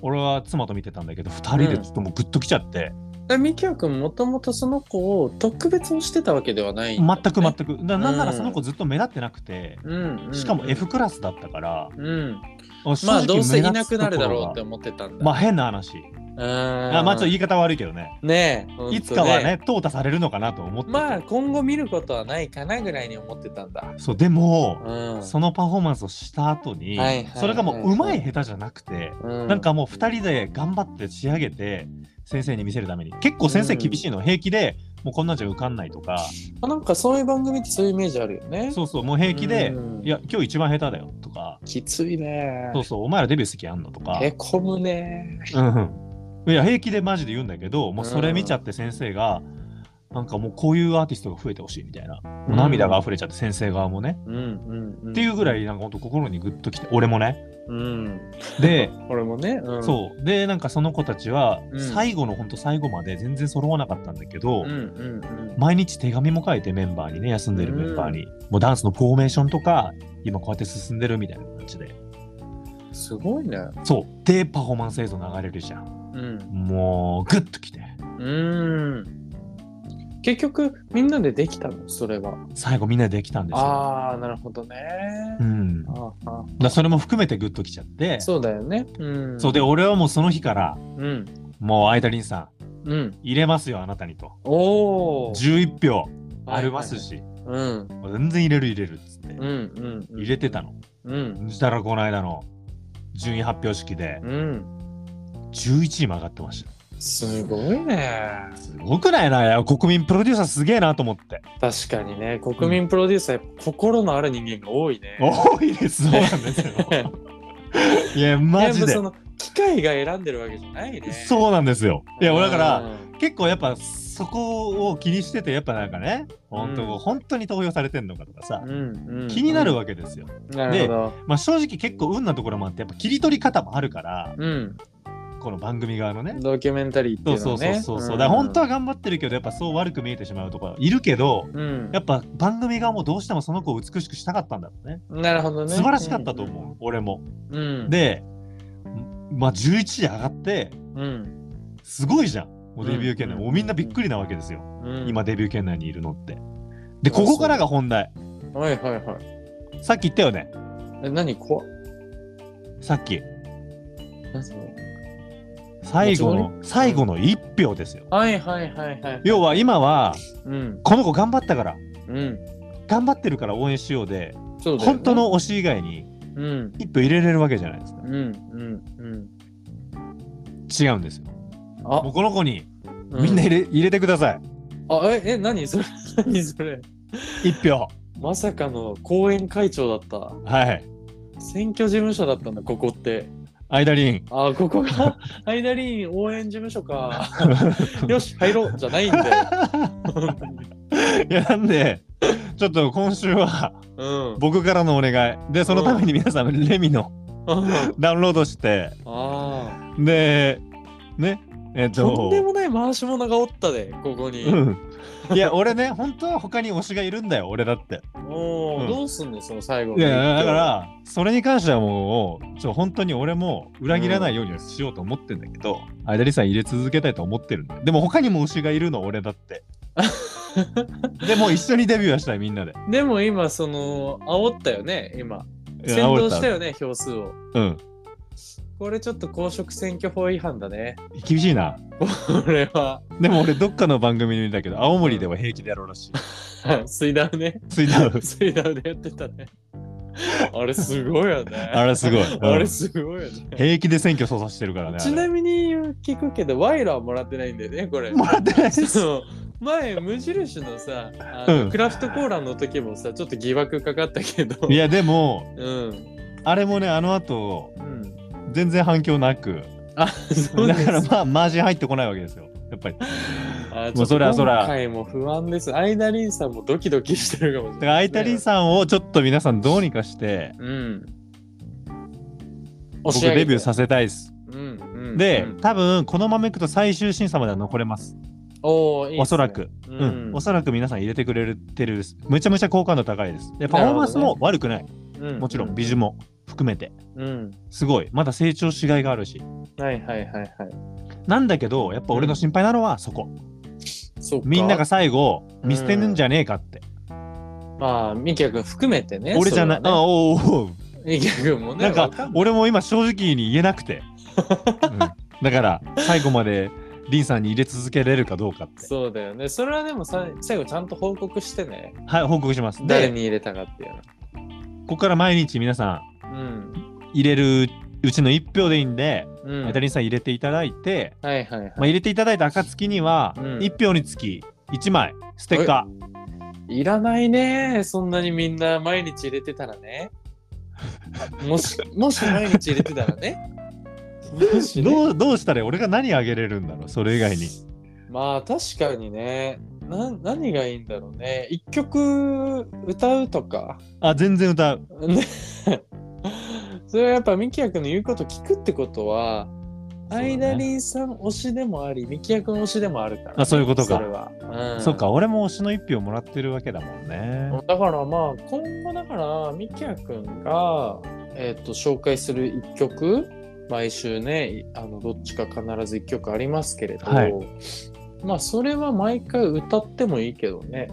B: 俺は妻と見てたんだけど2人でちょっともうグッときちゃって、
A: えみきやくんもともとその子を特別推してたわけではないんだよね、
B: 全く全くだなんならその子ずっと目立ってなくて、
A: うんうん
B: しかも F クラスだったから、
A: うん
B: 正
A: まあ
B: 直
A: どうせい
B: 目
A: な
B: 立
A: く
B: つと
A: な
B: こ
A: るだ
B: ろが
A: ろうって思ってたんだ
B: まあ変な話
A: うん
B: あまあちょっと言い方悪いけどね
A: ねえ、
B: いつかは
A: ほんと
B: ね淘汰されるのかなと思ってて
A: まあ今後見ることはないかなぐらいに思ってたんだ
B: そうでも
A: うん
B: そのパフォーマンスをした後に
A: はいはいはい
B: それがもううまい下手じゃなくて
A: う
B: なんかもう2人で頑張って仕上げて先生に見せるために結構先生厳しいの平気でもうこんなんじゃ受かんないとか
A: あなんかそういう番組ってそういうイメージあるよね
B: そうそうもう平気で
A: うん
B: いや今日一番下手だよとか
A: きついね
B: そうそうお前らデビュー席あんのとか
A: へこむね
B: うんうん、いや平気でマジで言うんだけどもうそれ見ちゃって先生が、なんかもうこういうアーティストが増えてほしいみたいな、もう涙が溢れちゃって先生側もね、
A: うんうん、うん、
B: っていうぐら
A: い
B: いなんかほんと心にグッときて俺もね
A: うん
B: で
A: 俺もね、うん、
B: そうでなんかその子たちは
A: うん
B: 最後のほんと最後まで全然揃わなかったんだけど、
A: うんうんうん
B: 毎日手紙も書いてメンバーにね休んでるメンバーに、もうダンスのフォーメーションとか今こうやって進んでるみたいな感じです
A: ごいね。
B: そうでパフォーマンス映像流れるじゃん
A: うん。
B: もうグッときて
A: うん。結局、みんなでできたのそれは。
B: 最後みんなでできたんですよ。
A: ああ、なるほどね。
B: うん、
A: あーあ
B: だからそれも含めてグッときちゃって
A: ー
B: そう,、
A: そうだよね。うん。
B: で俺はもうその日から
A: うん。
B: もうアイダリンさ
A: うん。
B: ん入れますよあなたにと
A: おお。
B: 11票ありますし、
A: はいはいはい。
B: もう全然入れる入れるっつって、
A: うん。うん。うん。
B: 入れてたの
A: うん。
B: そしたらこの間の順位発表式で
A: うん。
B: 11位も上がってました
A: すごいね。
B: すごくないないや国民プロデューサーすげえなと思って
A: 確かにね、国民プロデューサー、やっぱ心のある人間が多いね。
B: 多いですそうなんですよいやマジ
A: いや
B: で
A: やっぱそのきっ機械が選んでるわけじゃないね。う。
B: そうなんですよ。いや、俺だから、
A: ん、
B: 結構やっぱそこを気にしてて、やっぱなんかね、本当、
A: うん
B: 本当に投票されてんのかとかさ
A: う、んうん、
B: 気になるわけですよ。
A: なるほど。
B: まあ正直結構運なところもあって、やっぱ切り取り方もあるから、
A: うん。
B: この番組側のね。
A: ドキュメンタリーって
B: そ
A: いううの
B: そう
A: は
B: そう
A: ね。
B: そうそう。
A: ん
B: だから本当は頑張ってるけど、やっぱそう悪く見えてしまうところいるけど、
A: うん。
B: やっぱ番組側もどうしてもその子を美しくしたかったんだろうね。
A: なるほどね。
B: 素晴らしかったと思う、俺も。
A: うん。うん、
B: で、まあ11時上がって、
A: うん、
B: すごいじゃん。もうデビュー圏内、
A: うん
B: もうみんなびっくりなわけですよ。
A: うん。
B: 今デビュー圏内にいるのって。で、
A: あそ
B: こ
A: う
B: こからが本題。
A: はいはいはい。
B: さっき言ったよね。
A: え、何怖っ
B: さっき。
A: 何それ
B: 最後の、最後の1票ですよ。
A: はいはいはいはい。
B: 要は今は、
A: うん。
B: この子頑張ったから、
A: うん。
B: 頑張ってるから応援しようで、
A: そうだよ、ね。
B: 本当。の推し以外に
A: うん。
B: 1票入れれるわけじゃないです
A: うんうんうん。
B: か。違うんですよ。
A: あ
B: もうこの子に、
A: う
B: みんな入れ,、入れてくださ
A: あ、え、え、何それ 何それ
B: い。1票。
A: まさかの後援会長だった。
B: はい。
A: 選挙事務所だったんだ、ここって。
B: アイダ リン。
A: あ、ここが、アイダリーン応援事務所か。 よし、入ろうじゃないんだよ。本当に
B: いや、なんで、ちょっと今週は、
A: うん。
B: 僕からのお願いでそのために皆さんレミのダウンロードして
A: あ
B: でねえっ
A: あ。とんで
B: と
A: もない回し者がおったで、ここに。
B: うんいや俺ね本当は他に推しがいるんだよ俺だって
A: お
B: う
A: ー
B: ん
A: どうすんのその最後の
B: い
A: 一票
B: やだからそれに関してはもうちょ本当に俺も裏切らないようにはしようと思ってんだけど相田理さん入れ続けたいと思ってるんだよでも他にも推しがいるの俺だって でもう一緒にデビューはしたいみんなで
A: でも今その煽ったよね今
B: いや
A: 先導
B: 煽
A: し
B: った
A: よね票数を
B: うん
A: これちょっと公職選挙法違反だね
B: 厳しいな
A: これは
B: でも俺どっかの番組に見たけど青森では平気でやろうらしい
A: 水ダウ ね
B: ついた
A: 水ダウでやってたねあれすごいよね
B: あれすごい。
A: あ
B: う
A: れ
B: ん
A: すごいよね
B: 平気で選挙操作してるからね。あれ
A: ちなみに聞くけど賄賂はもらってないんだよねこれ
B: もらってないです。
A: そう前無印のさあの、
B: うん
A: クラフトコーラの時もさちょっと疑惑かかったけど
B: いやでも
A: うん
B: あれもねあの後
A: うん
B: 全然反響なく
A: あそうで
B: だ
A: す
B: からまあマージン入ってこないわけですよやっぱりだか
A: あー
B: もうそりゃそりゃ
A: 今回も不安です。アイダリンさんもドキドキしてるかもしれ
B: ら
A: な
B: ア
A: い
B: イ
A: ですね、
B: タリーさんをちょっと皆さんどうにかして
A: うん。
B: 僕デビューさせたいです
A: せ、うんうん、
B: で
A: うん
B: 多分このままいくと最終審査までは残れます
A: おーいいっすね
B: おそらく、
A: う
B: うん
A: ん。
B: おそらく皆さん入れてくれてるめちゃめちゃ好感度高いですでパフォーマンスも悪くない
A: うん
B: もちろん美。術も含めて
A: うん。
B: すごいまだ成長しがいがあるし
A: はいはいはいはい。
B: なんだけどやっぱ俺の心配なのはそこ、
A: そっか
B: みんなが最後
A: うん
B: 見捨てるんじゃねえかって、
A: まあ、ミキヤ君含めてね。
B: 俺じゃない、
A: それ
B: あ
A: はね
B: おうおう
A: ミキヤ君もね。
B: なんか
A: わん
B: 俺も今正直に言えなくて、うんだから最後までリンさんに入れ続けれるかどうかって
A: そうだよね。それはでもさ最後ちゃんと報告してね。
B: はい報告します
A: 誰
B: で
A: に入れたかっていう
B: ここから毎日皆さ
A: の。うん。
B: ん入れるうちの1票でいいんで、
A: うん。
B: 相田リンさん入れていただいて、
A: はいはいはい。
B: まあ、入れていただいた暁には
A: うん
B: 1票につき1枚ステッカー
A: いらないね。そんなにみんな毎日入れてたら ね。もし、もし毎日入れてたら ね。もしね
B: どうどうしたら俺が何あげれるんだろうそれ以外に
A: まあ確かにねな。何がいいんだろうね。一曲歌うとか。
B: あ全然歌う
A: ね。 それはやっぱミキヤ君の言うこと聞くってことは、
B: そうだ
A: ア
B: ね
A: イダリーさん推しでもあり、ミキヤ君推しでもあるからね、
B: あそういうことか
A: それは。うん
B: そっか、俺も推しの一票もらってるわけだもんね。
A: だからまあ今後だからみきやくんが、えっと紹介する1曲毎週ねいあのどっちか必ず1曲ありますけれど、
B: はい
A: まあそれは毎回歌ってもいいけどね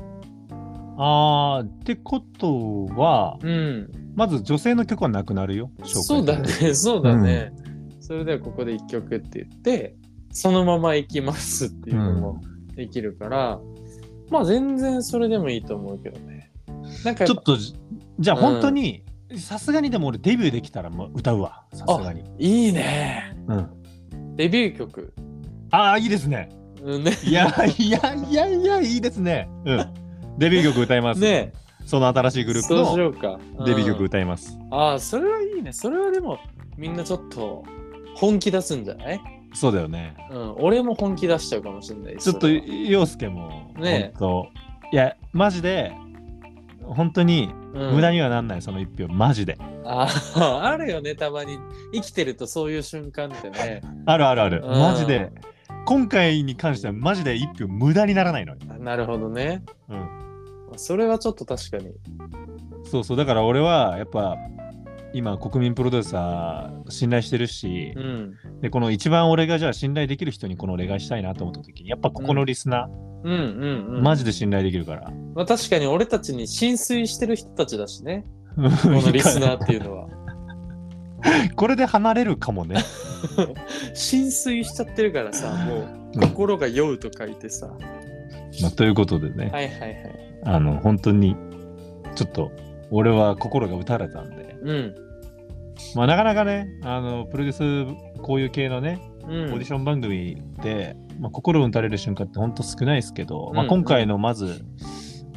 B: あーってことは、
A: うん
B: まず女性の曲はなくなるよ、紹介
A: そうだ。ねそうだね、それではここで1曲って言ってそのまま行きますっていううの
B: ん
A: もできるから、まあ全然それでもいいと思うけどねなんかやっ
B: ちょ
A: ぱ
B: っとじ、じゃあ
A: うん
B: 本当に、さすがにでも俺デビューできたらもう歌うわ、さすがに。
A: いいね
B: うん、
A: デビュー曲
B: ああ、いいですね。
A: うんね
B: いや、いや、いや、いや、いいですね。うん。デビュー曲歌います。
A: ね
B: その新しいグループ
A: そうし
B: の
A: ようか
B: デビュー曲
A: うん
B: 歌います。
A: ああそれはいいねそれはでもみんなちょっと本気出すんじゃない
B: そうだよね。
A: うん、俺も本気出しちゃうかもしれない。
B: ちょっと、
A: それは
B: 陽介も、
A: ねえ
B: 本当いや、マジで、本当に
A: うん
B: 無駄にはなんない、その一票、マジで。
A: あー あるよね、たまに。生きてるとそういう瞬間ってね。
B: あるあるある。
A: うん
B: マジで。今回に関してはマジで一票無駄にならないのよ。
A: あなるほどね。
B: うん。
A: それはちょっと確かに。
B: そうそう。だから俺はやっぱ今国民プロデューサー信頼してるし
A: う、ん。
B: で、この一番俺がじゃあ信頼できる人にこのお願いしたいなと思った時に、やっぱここのリスナ
A: うんうん
B: ー、
A: うん。
B: マジで信頼できるから。
A: まあ、確かに俺たちに浸水してる人たちだし ね。このリスナーっていうのは。
B: これで離れるか もね。
A: 浸水しちゃってるからさ、もう心が酔うと書いてさ。は
B: まあということでね、
A: いはいはい。
B: あの、本当に、ちょっと、俺は心が打たれたんで、
A: うん。
B: まあ、なかなかね、あの、プロデュース、こういう系のね、
A: う
B: オ
A: ん、
B: ーディション番組で、まあ、心打たれる瞬間って本当少ないですけど、まあ、
A: うん
B: 今回のまず、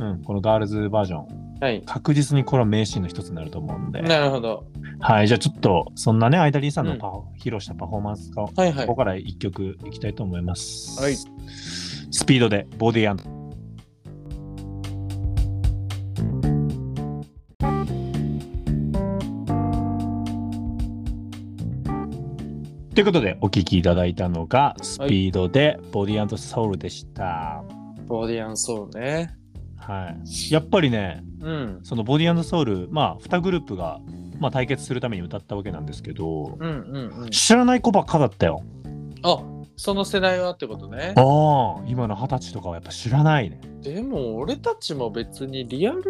B: うん、このガールズバージョン、
A: はい。
B: 確実にこれは名シーンの一つになると思うんで、
A: なるほど。
B: はい、じゃあちょっと、そんなね、アイダリーさんのパフォ披露したパフォーマンスを、
A: はいは
B: こ
A: い
B: こ。から一曲いきたいと思います。
A: はい
B: スピードで、ボディアンド。ということで、お聞きいただいたのが、スピードで、ボディアンドソウルでした。
A: ボディアンソウルね。
B: はい。やっぱりね、
A: うん。
B: そのボディアンドソウル、まあ、2グループが、まあ、対決するために歌ったわけなんですけど、
A: うんうんうん。
B: 知らない子ばっかだったよ。
A: あその世代はってことね。
B: ああ、今の二十歳とかはやっぱ知らないね。
A: でも俺たちも別にリアル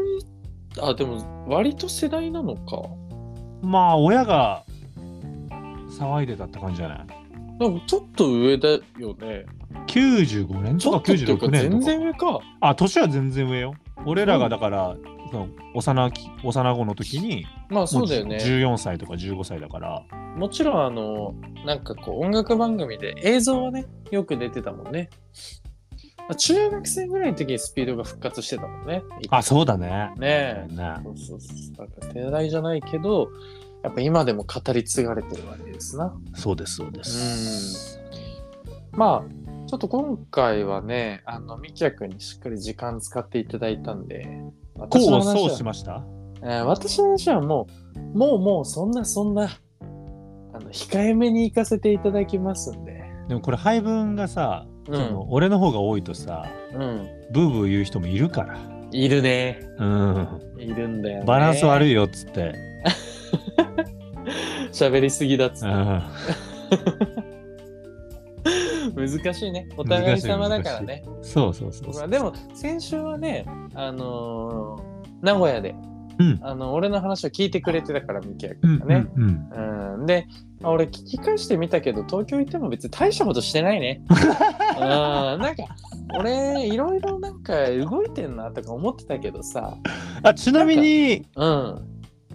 A: あでも割と世代なのか。
B: まあ、親が騒いでたって感じじゃない
A: なんかちょっと上だよね。
B: ?95 年
A: ちょ
B: と
A: っと
B: か
A: っていう
B: 96
A: か
B: 年
A: 全
B: とか。
A: 然上か。
B: あ、年は全然上よ。俺らがだから、その幼き幼子の時に、
A: まあそうだよ
B: もう
A: ね。
B: 14歳とか15歳だから。
A: もちろんあのなんかこう音楽番組で映像はねよく出てたもんね。あ中学生ぐらいの時にスピードが復活してたもんね。
B: あ、そうだね。
A: ねえ。
B: ね
A: そうそうそう。だから世代じゃないけどやっぱ今でも語り継がれてるわけですな。
B: そうです、そうです。
A: まあちょっと今回はねあのみきやくんにしっかり時間使っていただいたんで
B: こ
A: 私の
B: う、
A: 話
B: そう
A: は
B: しました
A: えー私の話はもうもうもうそんなそんなあの控えめに行かせていただきますんで
B: でもこれ配分がさ、
A: うん
B: その俺の方が多いとさ、
A: うん
B: ブーブー言う人もいるから。
A: いるね
B: うん。
A: いるんだよ、ね、
B: バランス悪
A: い
B: いよっつって。
A: 喋りすぎだっつ
B: う
A: っ
B: ん。
A: て難しいねお互い様だからね
B: そうそうそう
A: ま
B: そ
A: あ
B: う。
A: でも先週はねあのー名古屋で
B: うん。
A: あの俺の話を聞いてくれてたからみきやく
B: うんん
A: がね、
B: うんうん
A: うん、で、まあ俺聞き返してみたけど東京行っても別に大したことしてないね。 うん、なんか俺いろいろなんか動いてんなとか思ってたけどさ、
B: あちなみに
A: うん、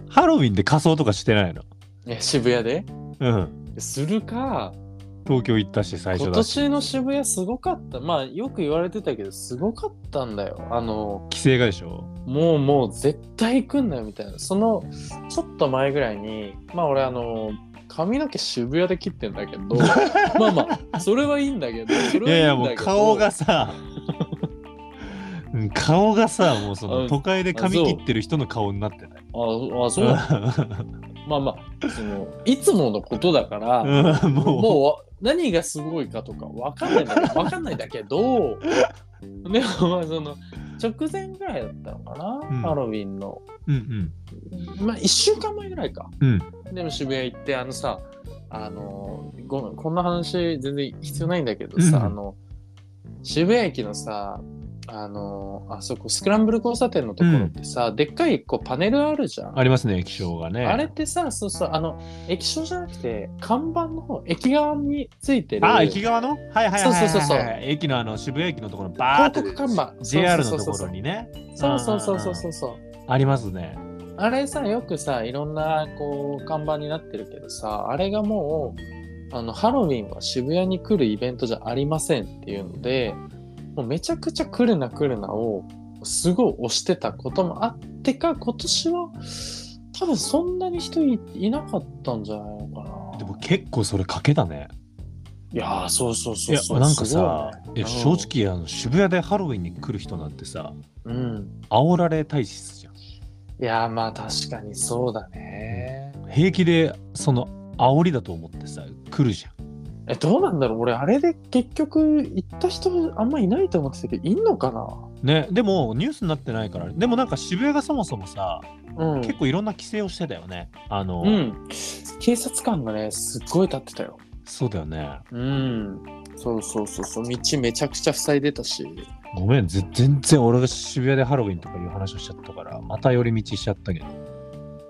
B: ハロウィンで仮装とかしてないの
A: いや渋谷で
B: うん
A: するか
B: 東京行ったし最初
A: 今
B: だし
A: 年の渋谷すごかったまあよく言われてたけどすごかったんだよあの
B: 規制がでしょ
A: もうもう絶対行くんだよみたいなそのちょっと前ぐらいにまあ俺あの髪の毛渋谷で切ってんだけ どまあまあそれはいいんだけどそれはいいんだけど
B: いやいやもう顔がさ うん顔がさもうその
A: あ
B: 都会で髪切ってる人の顔になってない
A: ああそうなのまあまあそのいつものことだから、
B: うんもう
A: もうわ何がすごいかとかわかんないんだけどわかんないんだけ どでもまあその直前ぐらいだったのかな、
B: うん
A: ハロウィンの
B: うん
A: まあ1週間前ぐらいか
B: うんうん
A: でも渋谷行ってあのさあのごこんな話全然必要ないんだけどさ、
B: うん
A: あの渋谷駅のさあのあそこスクランブル交差点のところってさ、でっかいこうパネルあるじゃん
B: ありますね液晶がね
A: あれってさ、そうそう、あの、液晶じゃなくて、看板の方、駅側についてる。
B: あ駅側のはいはいはいはいはい
A: そうそうそうそう
B: 駅のあの渋谷駅のところのバー
A: 広
B: って
A: 告看板。
B: JR
A: そ
B: の
A: う
B: と
A: そう
B: こ
A: そ
B: ろ
A: う
B: にね
A: そう。そうそうそうそううそう。
B: んありますね
A: あれさ、よくさ、いろんな、こう、看板になってるけどさ、あれがもう、あの、ハロウィンは渋谷に来るイベントじゃありませんっていうので、もうめちゃくちゃ来るな来るなを、すごい押してたこともあってか、今年は、多分そんなに人いいなかったんじゃないのかな。
B: でも結構それ賭けだね。
A: いやーそうそう
B: い
A: そう
B: や
A: そう
B: なんかさ、い
A: すごいね
B: や正直あの渋谷でハロウィンに来る人なんてさ
A: うん
B: 煽られ体質じゃん
A: いやーまあ確かにそうだね
B: 平気でその煽りだと思ってさ来るじゃん
A: えどうなんだろう俺あれで結局行った人あんまいないと思ってたけどいんのかな
B: ねでもニュースになってないからでもなんか渋谷がそもそもさ
A: うん
B: 結構いろんな規制をしてたよねあの、
A: うん警察官がねすっごい立ってたよ
B: そうだよね
A: うんそうそうそうそう道めちゃくちゃ塞いでたし
B: ごめんぜ全然俺が渋谷でハロウィンとかいう話をしちゃったからまた寄り道しちゃったけど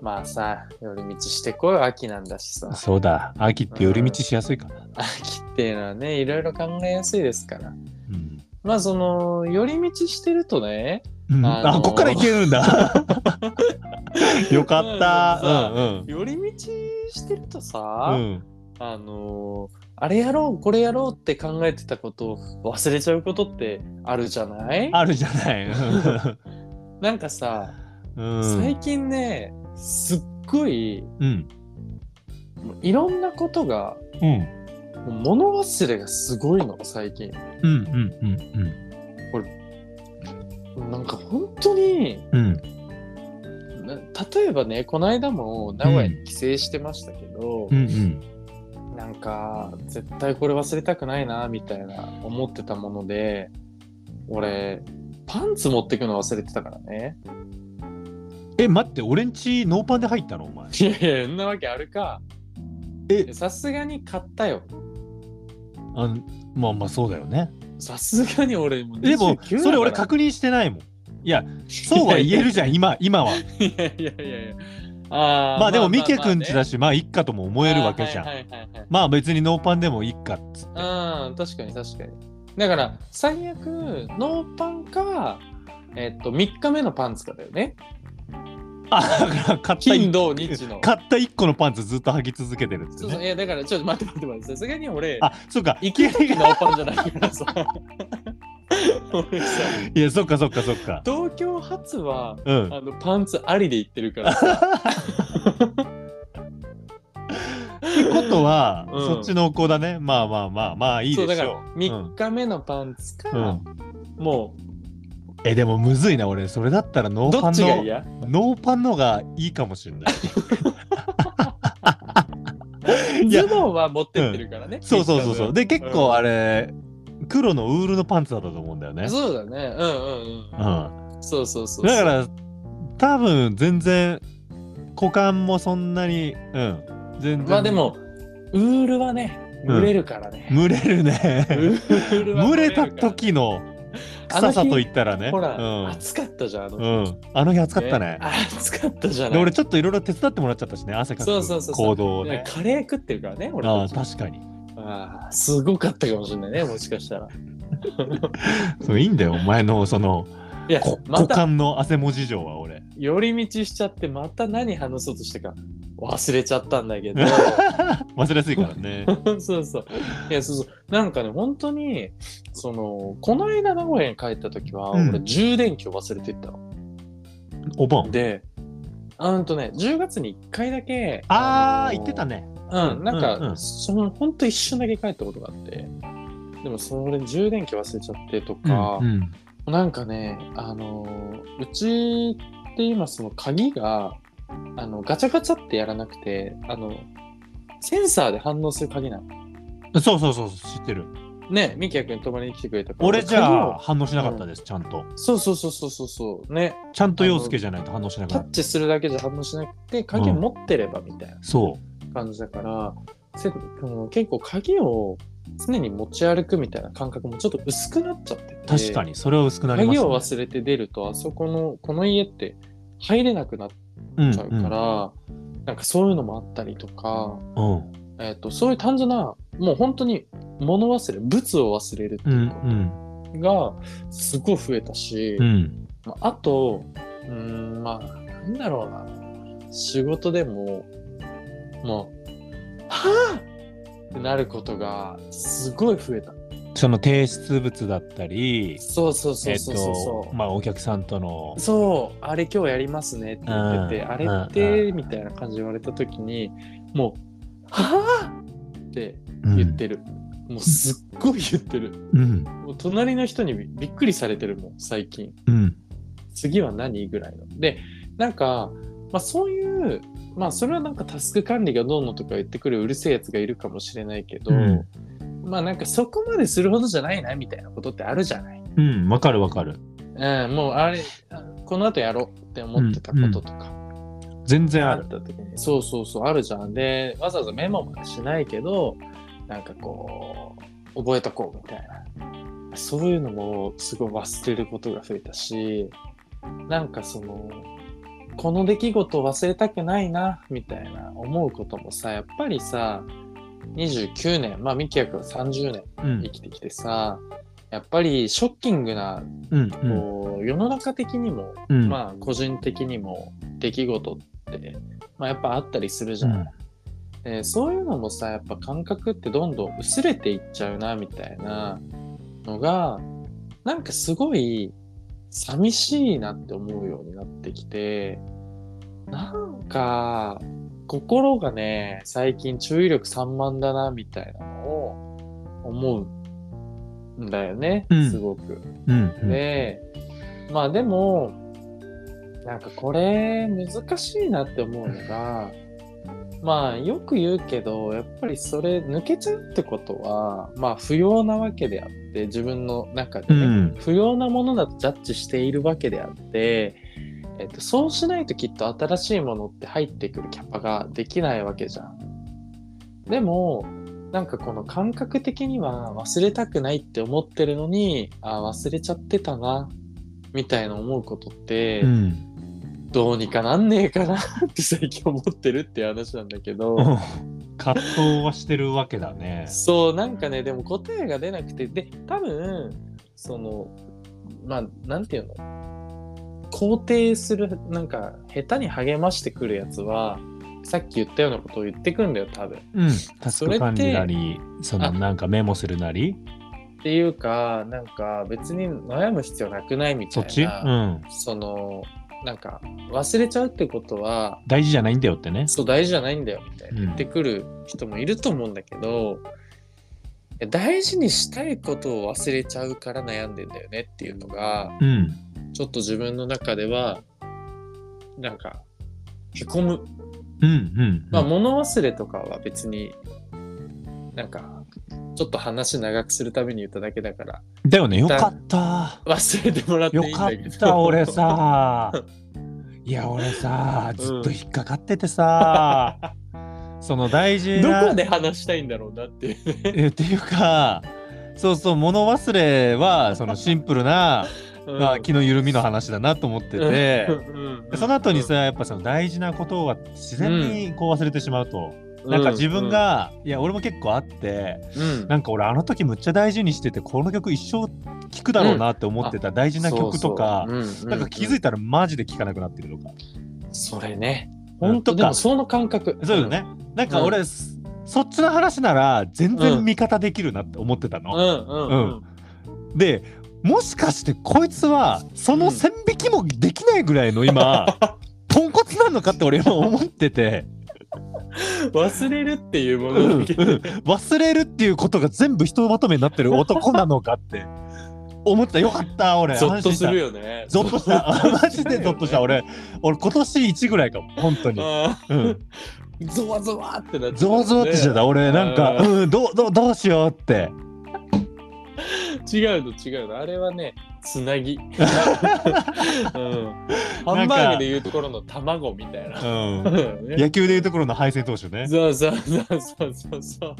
A: まあさ寄り道してこい秋なんだし さ
B: そうだ秋って寄り道しやすいかな
A: 秋っていうのはねいろいろ考えやすいですから
B: うん、
A: まあその寄り道してるとね
B: うん
A: あの
B: あこっから行けるんだよかった
A: うん
B: うん
A: 寄り道してると
B: う
A: さ、
B: んうん
A: あのーあれやろうこれやろうって考えてたことを忘れちゃうことってあるじゃない
B: あるじゃない。う
A: なんかさ、
B: ん。
A: 最近ねすっごい
B: うん。
A: いろんなことが
B: うん。
A: もう物忘れがすごいの最近
B: うん。うん。
A: なんか本当に
B: うん。うん。
A: な例えばねこの間も名古屋に帰省してましたけど、
B: うん。うん。
A: なんか絶対これ忘れたくないなみたいな思ってたもので俺パンツ持ってくの忘れてたからね
B: え、待って、俺んちノーパンで入ったのお前。
A: いやいやそんなわけあるか
B: え
A: さすがに買ったよ
B: あんまあまあそうだよね。
A: さすがに俺もう
B: でも、
A: 29
B: それ俺
A: だか
B: 確認してないもん。いや、
A: ら
B: そうは言えるじゃん、今、今は。
A: いやいやいやいやあー
B: まあでも、ミケくんちだ
A: し
B: し、まあ、いっかとも思えるわけじゃん。まあ別にノーパンでもいっかっつって。
A: うん、確かに確かに。だから、最悪、ノーパンか、えっと、3日目のパンツかだよね。
B: あ、だから買った
A: 金、
B: 一
A: 土、日の。
B: 買った一個のパンツずっと履き続けてるっつ
A: そう
B: って
A: そう
B: ね。
A: いや、だから、ちょっと待って待って待って。さすがに俺、
B: あ、そうか。
A: 行け時ノーパンじゃないからさ。 俺さ、
B: いや、そっかそっかそっか。
A: 東京発は、
B: うん。
A: あのパンツありで行ってるからさ。
B: ってことは、
A: うん
B: そっち濃厚だねまあまあまあまあ いい
A: そ
B: で
A: うだ
B: し
A: から
B: ょう
A: 3日目のパンツ
B: うんう
A: か
B: ん、
A: も
B: えでもむずいな俺それだったら
A: う
B: ノー
A: ど
B: パ
A: っ
B: ン
A: ちが
B: の
A: 嫌
B: ノーパンのがいいかもし れないいや
A: ズボンは持ってってるからね。
B: そうそうそう
A: 三日
B: そう
A: 分
B: で結構あ
A: れ、
B: れ、黒のウールのパンツだったと思うんだよね
A: そうだね。うんうん
B: う、
A: う
B: ん、
A: ん。そうそうそうそう。
B: だから多分全然股間もそんなにうん全然
A: まあでも、ウールはね、
B: うん
A: 蒸れるからね。
B: 蒸れる
A: ウ
B: ね
A: ールは
B: 蒸れた
A: るから
B: 時の臭さと言ったらね
A: ほら、
B: うん
A: 暑かったじゃん、あの日。
B: うん、あの日暑かったね
A: あ暑かったじゃ
B: で
A: ない。
B: 俺ちょっといろいろ手伝ってもらっちゃったしね汗かく
A: そうそうそうそう
B: 行動をね
A: ねカレー食ってるからね、俺
B: ああ
A: たち。
B: 確かに
A: ああすごかったかもしれないね、もしかしたら。
B: そういいんだよお前のその
A: いや
B: こ、
A: ま
B: 股
A: た
B: 間の汗も事情は俺
A: 寄り道しちゃって、また何話そうとしたか忘れちゃったんだ けど。
B: 忘れやすいからね
A: そうそう。いや、そうそう。なんかね、本当に、その、この間名古屋に帰った時は、
B: うん
A: 俺、充電器を忘れてったの。
B: お盆
A: で、うんとね、10月に1回だけ、の
B: ああ言ってた。ね
A: うん、なんか、
B: うんうん
A: その、ほんと一瞬だけ帰ったことがあって、でも、それ充電器忘れちゃってとか
B: う、ん
A: なんかね、あのー、うちって今、その鍵が、あの、ガチャガチャってやらなくて、あの、センサーで反応する鍵なの。
B: うんそうそうそう知ってる
A: ね、ミキヤ君泊まりに来てくれたから。
B: 俺じゃあ
A: 鍵を
B: 反応しなかったですちゃんと
A: そうそうそうそうそうそう。ね、
B: ちゃんと陽介じゃないと反応しなか
A: タ
B: っ
A: ッチするだけじゃ反応しなくて、鍵を持ってればみたいな。
B: たそ
A: 感じだから、せあの結構鍵を常に持ち歩くみたいな感覚もちょっと薄くなっちゃってて
B: う確かにそれは薄くなりま
A: 鍵
B: す
A: を
B: ね
A: 忘れて出るとあそこのこの家って入れなくなっ
B: うん
A: ちゃうから、なんかそういうのもあったりとか、
B: うんうん
A: えっとそういう単純なもう本当に物忘れ物を忘れるって
B: う
A: い
B: ん
A: うことがすごい増えたし、
B: うんうん
A: まああと、うーん、まあ、なんだろうな。仕事でも、もう、はぁってなることが、すごい増えた。
B: その提出物だったり
A: そうそうそ
B: え
A: う
B: っ
A: そうそうそ
B: と
A: う。
B: まあお客さんとの
A: そう、あれ今日やりますねって言ってて、
B: うん
A: あれって、
B: うん
A: みたいな感じで言われたときに、もう、はって
B: うん
A: 言ってる、もうすっごい言ってる
B: うん
A: もう隣の人にびびっくりされてるもん最近
B: うん
A: 次は何ぐらいのでなんか、まあ、そういうまあそれはなんかタスク管理がどうのとか言ってくるうるせえやつがいるかもしれないけど、
B: うん
A: まあなんかそこまでするほどじゃないなみたいなことってあるじゃない
B: うんわかるわかる
A: うん、もうあれ、あこの後やろうって思ってたこととか、
B: 全然あ
A: あ
B: る
A: った時に、そうそうそう、あるじゃん。で、わざわざメモもしないけど、なんかこう、覚えとこうみたいな。そういうのもすごい忘れることが増えたし、なんかその、この出来事を忘れたくないな、みたいな思うこともさ、やっぱりさ、29年、まあ、ミキヤ君は30年
B: うん
A: 生きてきてさ、やっぱりショッキングな
B: うんうん
A: こう世の中的にも、
B: うん
A: まあ個人的にも出来事って、まあ、やっぱあったりするじゃん、でそういうのもさやっぱ感覚ってどんどん薄れていっちゃうなみたいなのがなんかすごい寂しいなって思うようになってきてなんか心がね最近注意力散漫だなみたいなのを思うんだよね、
B: うん
A: すごく。
B: うんうん
A: で、まあでも、なんかこれ難しいなって思うのが、まあよく言うけど、やっぱりそれ抜けちゃうってことは、まあ不要なわけであって、自分の中でね、
B: うん
A: 不要なものだとジャッジしているわけであって、えっと、そうしないときっと新しいものって入ってくるキャパができないわけじゃん。でもなんかこの感覚的には忘れたくないって思ってるのにあ忘れちゃってたなみたいな思うことって、
B: うん
A: どうにかなんねえかなって最近思ってるっていう話なんだけど。
B: 葛藤はしてるわけだね
A: そうなんかねでも答えが出なくてで多分そのまあなんていうの肯定するなんか下手に励ましてくるやつはさっき言ったようなことを言ってくんだよ多分。
B: うんタス
A: それっ
B: ク
A: て
B: 管理なりその
A: あ
B: なんかメモするなり
A: っていうかなんか別に悩む必要なくないみた
B: そ
A: い
B: っちう
A: な、
B: ん
A: そのなんか忘れちゃうってことは
B: 大事じゃないんだよってね
A: そう大事じゃないんだよみたいな
B: うん
A: 言ってくる人もいると思うんだけど、いや大事にしたいことを忘れちゃうから悩んでんだよねっていうのが
B: うん
A: ちょっと自分の中ではなんかへこむ、
B: うんうん
A: まあ物忘れとかは別になんかちょっと話長くするために言っただけだから
B: だよねよかった
A: 忘れてもらっていい
B: よ
A: ん
B: か
A: だけど
B: った俺 さいや俺さずっと引っかかってて さ、その大事
A: ど
B: な
A: こで話したいんだろうなっていうね、
B: えっていうかそうそう物忘れはそのシンプルな、
A: うん
B: まあ、気の緩みの話だなと思ってて、
A: うんうん
B: でその後にさやっぱその大事なことは自然にこう忘れてしまうと、
A: う
B: なんか自分、が、いや俺も結構あって
A: うん
B: なんか俺あの時むっちゃ大事にしててこの曲一生聴くだろうなって思ってた大事な曲とか、
A: そうそう
B: なんか気づいたらマジで聴かなくなってるとか、
A: それね。
B: うん
A: 本当
B: とか
A: でもその感覚。
B: そうだよね、なんか俺、そっちの話なら全然味方できるなって思ってた
A: う
B: の、
A: ん。うんうん
B: でもしかしてこいつはその線引きもできないぐらいの今、ポンコツなのかって俺今思ってて、
A: うん。忘れるっていうも
B: うんう
A: の
B: ん
A: だけど。
B: 忘れるっていうことが全部ひとまとめになってる男なのかって思ったよかった俺
A: ゾッとする
B: よ
A: よね。
B: ゾッとしたあマジでゾッとした俺俺今年1ぐらいかも本当に、
A: あ
B: うん、
A: ーゾワゾワってなっちゃう
B: ゾワゾワってしちゃった俺なんか、
A: う
B: うん、どうどうどうしようって
A: 違うの違うの。あれはね、つな ぎ。うんハンバーグでいうところの卵みたいな。
B: うん
A: ね
B: 野球でいうところの敗戦投手ね
A: そうそうそうそうそうそう。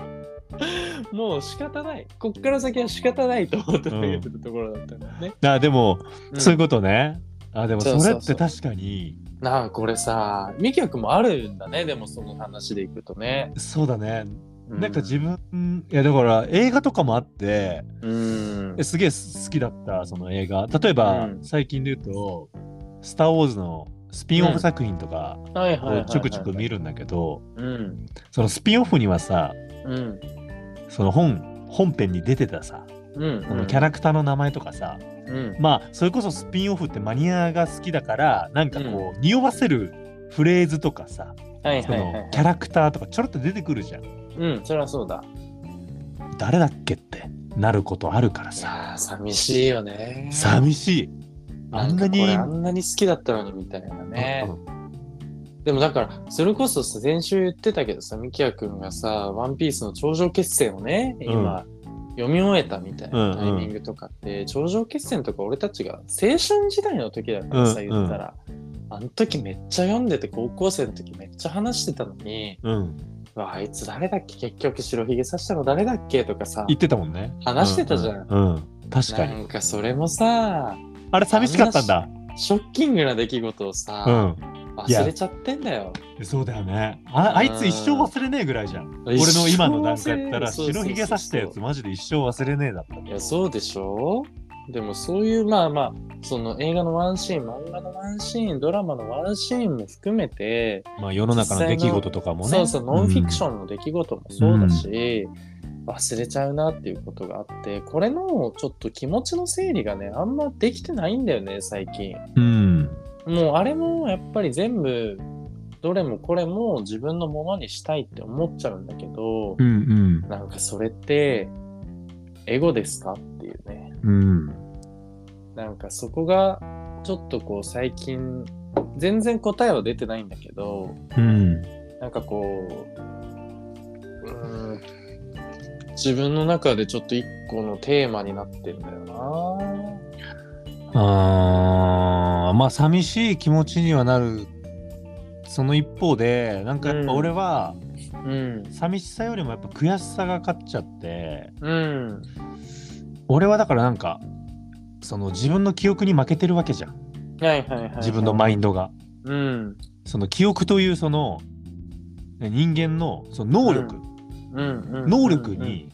A: もう仕方ない。こっから先は仕方ないと思って投げてるところだったからね。
B: あでも、
A: うん
B: そういうことねあでも
A: そ
B: そう
A: そう
B: れ
A: そう
B: って確かに
A: なあこれさミキヤ君もあるんだねでもその話でいくとね、
B: そうだね
A: う
B: なんか自分いやだから映画とかもあって
A: うん
B: えすげえ好きだったその映画例えば、
A: うん
B: 最近で言うと「スター・ウォーズ」のスピンオフ作品とか
A: はいはいはいは
B: を
A: い
B: ちょくちょく見るんだけど
A: うん
B: そのスピンオフにはさ
A: うん
B: その本本編に出てたさ
A: うん
B: そのキャラクターの名前とかさ、
A: うん
B: まあそれこそスピンオフってマニアが好きだからなんかこう匂わせるフレーズとかさ、
A: はい
B: そ
A: はい
B: の
A: はい
B: キャラクターとかちょろっと出てくるじゃん。
A: うん、そりゃそうだ。
B: 誰だっけってなることあるから
A: い
B: さ
A: やー寂しいよね。
B: 寂しいあんなに
A: なんかこれあんなに好きだったのにみたいなね。
B: うん
A: でもだから、それこそさ、先週言ってたけどさ、ミキヤくんがさ、ワンピースの頂上決戦をね、今、読み終えたみたいなタイミングとかって、頂上決戦とか俺たちが青春時代の時だからさ、
B: うんうん
A: 言ったら、あの時めっちゃ読んでて、高校生の時めっちゃ話してたのに、
B: うん
A: うわあいつ誰だっけ結局白ひげさしたの誰だっけとかさ、
B: 言ってたもんね
A: 話してたじゃん
B: ううんうん確か
A: な
B: に
A: んかそれもさ、
B: あれ寂しかったんだ
A: ショッキングな出来事をさ、
B: うんいや
A: 忘れちゃってんだよ。
B: そうだよねああいつ一生忘れねえぐらいじゃん俺の今の段階やったら
A: 一生忘れ
B: 白ひげさしたやつマジで一生忘れねえだった
A: いや、そうでしょでもそういう、まあまあ、その映画のワンシーン、漫画のワンシーン、ドラマのワンシーンも含めて、
B: まあ世の中の出来事とかもね
A: そうそう、ノンフィクシ
B: ョン
A: ョンの出来事もそうだし、忘れちゃうなっていうことがあって、これのちょっと気持ちの整理がね、あんまできてないんだよね、最近。
B: うん
A: もうあれもやっぱり全部、どれもこれも自分のものにしたいって思っちゃうんだけど、
B: うん
A: なんかそれって、エゴですかっていうね。
B: うん
A: なんかそこがちょっとこう最近全然答えは出てないんだけど
B: うん
A: なんかこううーん自分の中でちょっと一個のテーマになってんだよ
B: あーまあ寂しい気持ちにはなるその一方でなんかやっぱ俺は
A: なうん
B: 寂しさよりもやっぱ悔しさが勝っちゃって
A: うん
B: 俺はだからなんかその自分の記憶に負けてるわけじゃん
A: はいはいはい、はい、
B: 自分のマインドが
A: うん
B: その記憶というその人間のその能力、
A: うんうんうん
B: 能力に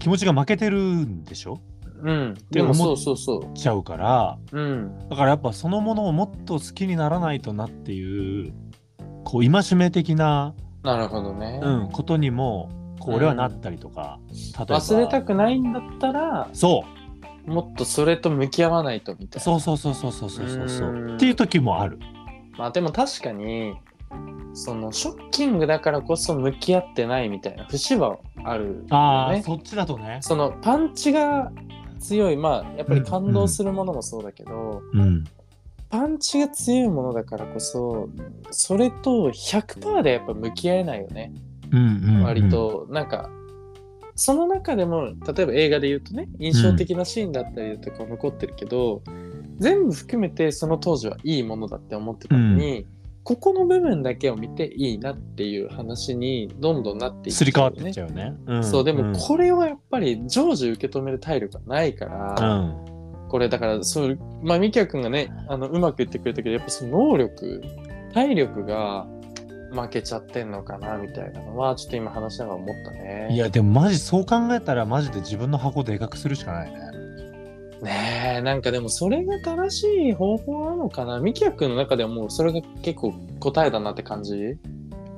B: 気持ちが負けてるんでしょ
A: うんでもそうそうそ
B: ちゃうから
A: ううん
B: だからやっぱそのものをもっと好きにならないとなっていうこう戒め的な、
A: なるほどね、
B: うん、ことにもこう俺はなったりとか、例えば
A: 忘れたくないんだったら
B: そ
A: もっとそれと向き合わないとみたい
B: う
A: な
B: そうそうそうそうそうそうそうそう
A: ーん
B: っていう時もある。
A: まあでも確かにそのショッキングだからこそ向き合ってないみたいな節はあるよね
B: ああ、そっちだとね。
A: そのパンチが強いまあやっぱり感動するものもそうだけど、
B: うん、
A: パンチが強いものだからこそそれと100%でやっぱ向き合えないよね
B: うん、うんうん
A: 割。となんかその中でも例えば映画で言うとね印象的なシーンだったりとか残ってるけど、全部含めてその当時はいいものだって思ってたのに、ここの部分だけを見ていいなっていう話にどんどんなってい
B: すり替わってっち
A: ゃ
B: ゃうね。うん
A: そうで
B: ん
A: もこれはやっぱり常時受け止める体力がないか
B: う
A: ら、
B: ん、
A: これだからそうまあみきやくんがねあのうまく言ってくれたけどやっぱその能力体力が負けちゃってんのかなみたいなのはちょっと今話しながら思ったね。
B: いやでもマジそう考えたらマジで自分の箱でかくするしかないね。
A: ねえなんかでもそれが正しい方法なのかなみきやくんの中ではもうそれが結構答えだなって感じ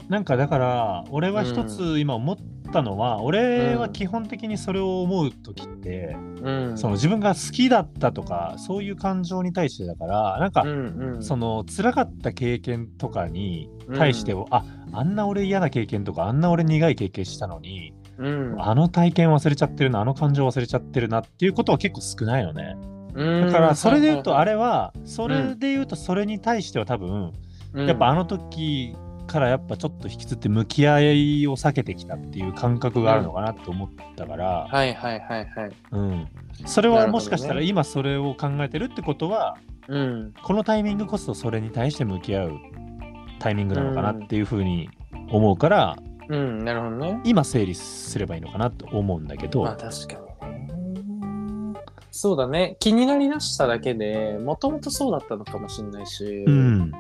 B: なんかだから俺は一つ今思ったのは、俺は基本的にそれを思う時って、
A: うん
B: その自分が好きだったとかそういう感情に対してだからなんか、
A: うんうん
B: その辛かった経験とかに
A: うん
B: 対して、ああんな俺嫌な経験とかあんな俺苦い経験したのに、
A: うん
B: あの体験忘れちゃってるなあの感情忘れちゃってるなっていうことは結構少ないよね。だからそれで言うとあれはそれで言うとそれに対しては多分
A: うん
B: やっぱあの時からやっぱちょっと引きずって向き合いを避けてきたっていう感覚があるのかなって思ったから、
A: はいはいはいはい
B: うん、それはもしかした
A: な
B: ら
A: る
B: 今それを考えてるってことは、
A: うん
B: このタイミングこそそれに対して向き合うタイミングなのかなっていうふうに思うから、
A: うんなるほどね
B: 今整理すればいいのかなと思うんだけど、
A: まあ確かにねそうだね気になりだしただけでもともとそうだったのかもしれないし、
B: うん、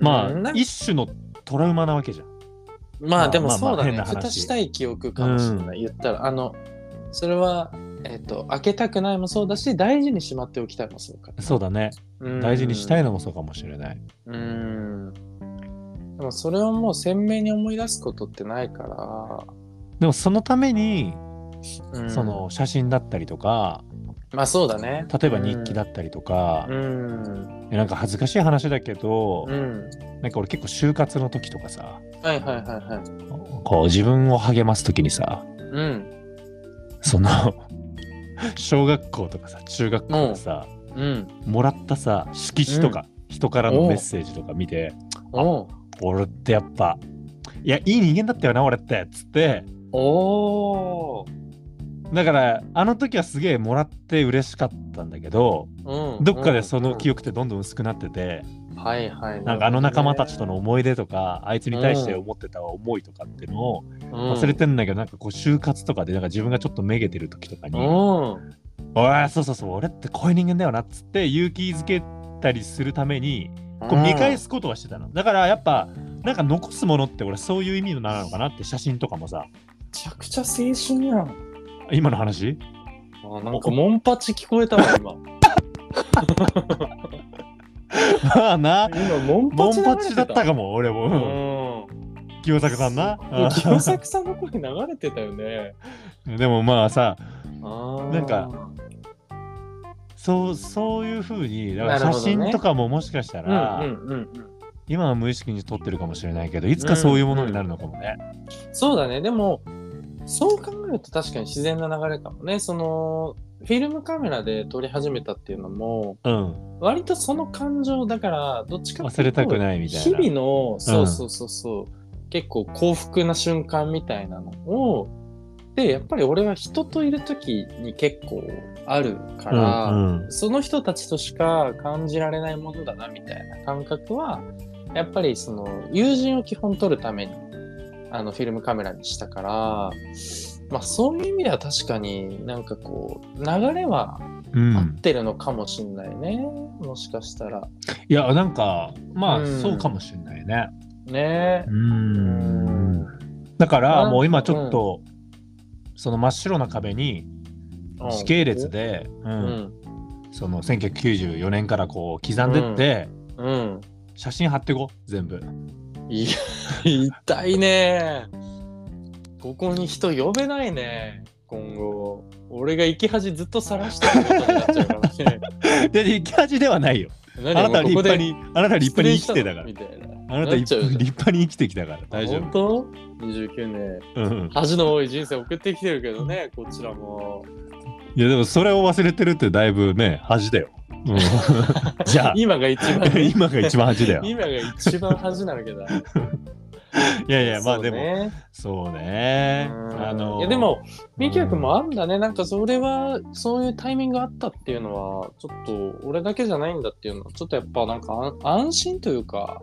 B: ま
A: うんな
B: あ
A: んか
B: 一種のトラウマなわけじゃん。
A: まあでも
B: まあまあ
A: そうだね、
B: 変な話
A: 蓋したい記憶かもしれない、言ったらあのそれは、えっと開けたくないもそうだし大事にしまっておきたいもそうか
B: そうだね
A: うん
B: 大事にしたいのもそうかもしれない。
A: うんでもそれをもう鮮明に思い出すことってないか
B: でもそのために
A: ら、うん
B: その写真だったりとか、
A: まあそうだね
B: 例えば日記だったりとか
A: う、ん
B: えなんか恥ずかしい話だけど、
A: うん
B: なんか俺結構就活の時とかさ、
A: はいはいはいはい。
B: こう自分を励ます時にさ
A: うん。
B: その 小学校とかさ中学校でさ
A: うん。
B: もらったさ色紙とか、人からのメッセージとか見て
A: お
B: 俺ってやっぱいやいい人間だったよな俺ってっつって
A: お
B: だからあの時はすげえもらって嬉しかったんだけど
A: ー。うん。
B: どっかでその記
A: 憶。
B: 憶ってどんどん薄くなってて
A: はいはい。
B: なんかあの仲間たちとの思い出とかあいつに対して思ってた思いとかっていうのを忘
A: 忘
B: れてんだけどなんかこう就活とかでなんか自分がちょっとめげてる時とかに
A: う
B: 「
A: ん。うん
B: おいそうそうそう俺ってこういう人間だよな」っつって勇気づけたりするためにこう見返。すことはしてたのだからやっぱなんか残すものって俺そういう意味なのかなって写真とかもさ
A: めちゃくちゃ青春やん。
B: 今の 話
A: あなんかモンパチ聞こえたわ今。
B: まあな
A: 今モン
B: モ
A: パチ流れ
B: ンパ
A: て
B: チだったかも俺
A: う
B: も、
A: ん。
B: うん、清坂さんな
A: 清作さんの声流れてたよね。
B: うんでもまあさ
A: あー
B: なんか。そうそういうふうにだから
A: なる
B: 写
A: ほどね
B: 真とかももしかした
A: うん
B: ら、
A: うんうんうん。
B: 今は無意識に撮ってるかもしれないけどいつかそういうものになるのかもね、
A: そうだね。でも、そう考えると確かに自然な流れかもね。その、フィルムカメラで撮り始めたっていうのも、
B: うん、
A: 割とその感情、だから、どっちかっていうと
B: 忘れたくないみたいな
A: 日々の、そうそうそうそう、結構幸福な瞬間みたいなのを、で、やっぱり俺は人といる時に結構あるから、
B: うんうん
A: その人たちとしか感じられないものだなみたいな感覚はやっぱりその友人を基本撮るためにあのフィルムカメラにしたから、まあ、そういう意味では確かになんかこう流れは
B: うん
A: 合ってるのかもしんないね、もしかしたら
B: いやなんかまあ、
A: うん
B: そうかもしれないね
A: ね
B: うんだから
A: あ
B: もう今ちょっと、その真っ白な壁に時系列で、う
A: うんん
B: その1994年からこう刻んでって、
A: うん
B: 写真貼ってこ全部
A: いや痛いねここに人呼べないね今後俺が生き恥ずっと晒してることになっちゃうかもし れない
B: で生き味ではないよあ
A: 何
B: なたは立
A: もうここで
B: 派にあなたは立派に生きてたから
A: 失礼したのみたいな
B: あなたは
A: っち
B: 立
A: ゃうじゃん
B: 派に生きてきたから大丈
A: 本当 ?29 年
B: 夫、うん、
A: 恥の多い人生送ってきてるけどねこちらも
B: いやでもそれを忘れてるってだいぶね恥だよ、うん、 じゃあ
A: 今が一番
B: 今が一番恥だよ
A: 今が一番恥なわけだ
B: いやいやまあ
A: そう
B: で
A: ね
B: もそうね。
A: うん
B: あの
A: いやでもミキヤ君もあんだね、なんかそれはそういうタイミングがあったっていうのはちょっと俺だけじゃないんだっていうのはちょっとやっぱなんか安安心というか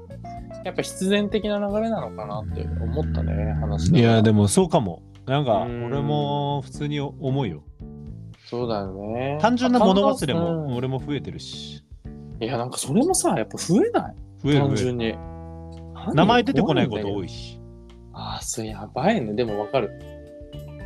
A: やっぱ必然的な流れなのかなって思ったね話
B: いやで
A: も
B: もそうかも。なんか
A: うん
B: 俺も普通に思うよ。
A: そうだよね
B: 単純な物忘れ
A: うん
B: も俺も増えてるし。
A: いや、なんかそれもさ、やっぱ増えない
B: 増え
A: 単
B: る増える。
A: 純に。
B: 名前出てこないこと多
A: い。
B: いし。
A: ああ、それやばいね。でもわかる。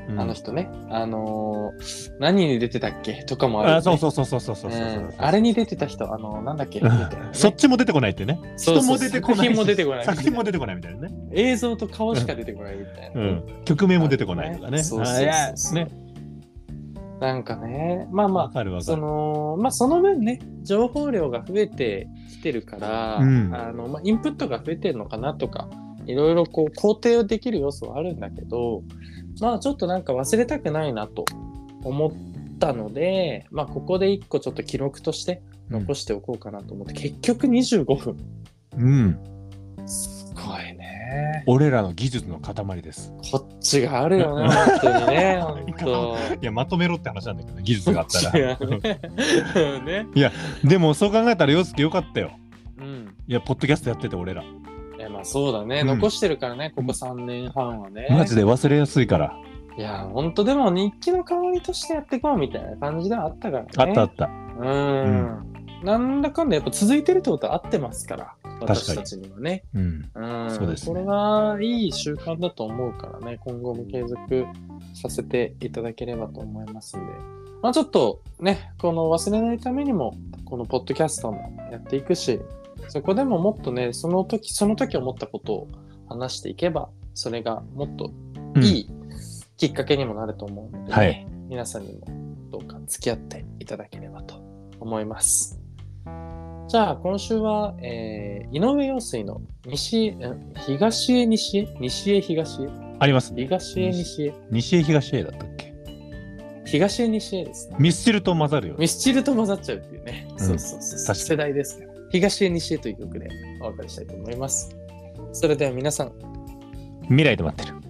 B: うん
A: あの人ね。あのー、何に出てたっけとかもある、ね。
B: あそうそうそうそうそうそううそう。
A: んあれに出てた人、あのー、なんだっけみたいなね
B: そっちも出てこないってね。
A: そう
B: 人
A: そ
B: も
A: う
B: 出てこな
A: 作
B: いし。
A: 品も出てこない
B: 作品も出てこないみたいなね。
A: 映像と顔しか出てこないみたいな。
B: うん。曲名も出てこないとかね。
A: そうそう
B: あいや
A: そうそう
B: ね。
A: なんかね、まあ
B: わ
A: ま
B: かるわ
A: あ、
B: か
A: そ
B: る。
A: の、まあその分ね、情報量が増えてきてるから、
B: うん
A: あの、まあインプットが増えてるのかなとか、いろいろこう肯定できる要素はあるんだけど、まあちょっとなんか忘れたくないなと思ったので、まあここで一個ちょっと記録として残しておこうかなと思って、結局25分。
B: うん。
A: すごいね。
B: 俺らの技術の塊です。
A: こっちがあるよね、本当に ね、本当。
B: いや、まとめろって話なんだけどね、技術があった ら。
A: 違うねうんね。
B: でもそう考えたら、洋介よかったよ。
A: うん。
B: いや、ポッドキャストやってて、俺ら。
A: え、まあそうだね。
B: うん
A: 残してるからね、ここ3年半はね。
B: マジで忘れやすいから。
A: いや、ほんとでも日記の代わりとしてやっていこうみたいな感じではあったからね。
B: あったあった。
A: うん。なんだかんだやっぱ続いてるってことは合ってますから、私たちにはね。
B: うん。
A: うん。
B: そうですね
A: これはいい習慣だと思うからね、今後も継続させていただければと思いますんで。まあちょっとね、この忘れないためにも、このポッドキャストもやっていくし、そこでももっとね、その時、その時思ったことを話していけば、それがもっといいきっかけにもなると思うので、
B: はい
A: 皆さんにもどうか付き合っていただければと思います。じゃあ今週は、えー井上陽水の西ん東へ西へ西へ東へ
B: ありますね。
A: 東へ西へ
B: 西へ東へだったっけ
A: 東へ西へですね。
B: ミスチルと混ざるよね。
A: ミスチルと混ざっちゃうっていうね。
B: ん
A: そうそうそう。
B: 確かに
A: 世代ですから。東へ西へという曲でお別れしたいと思います。それでは皆さん、
B: 未来で待ってる。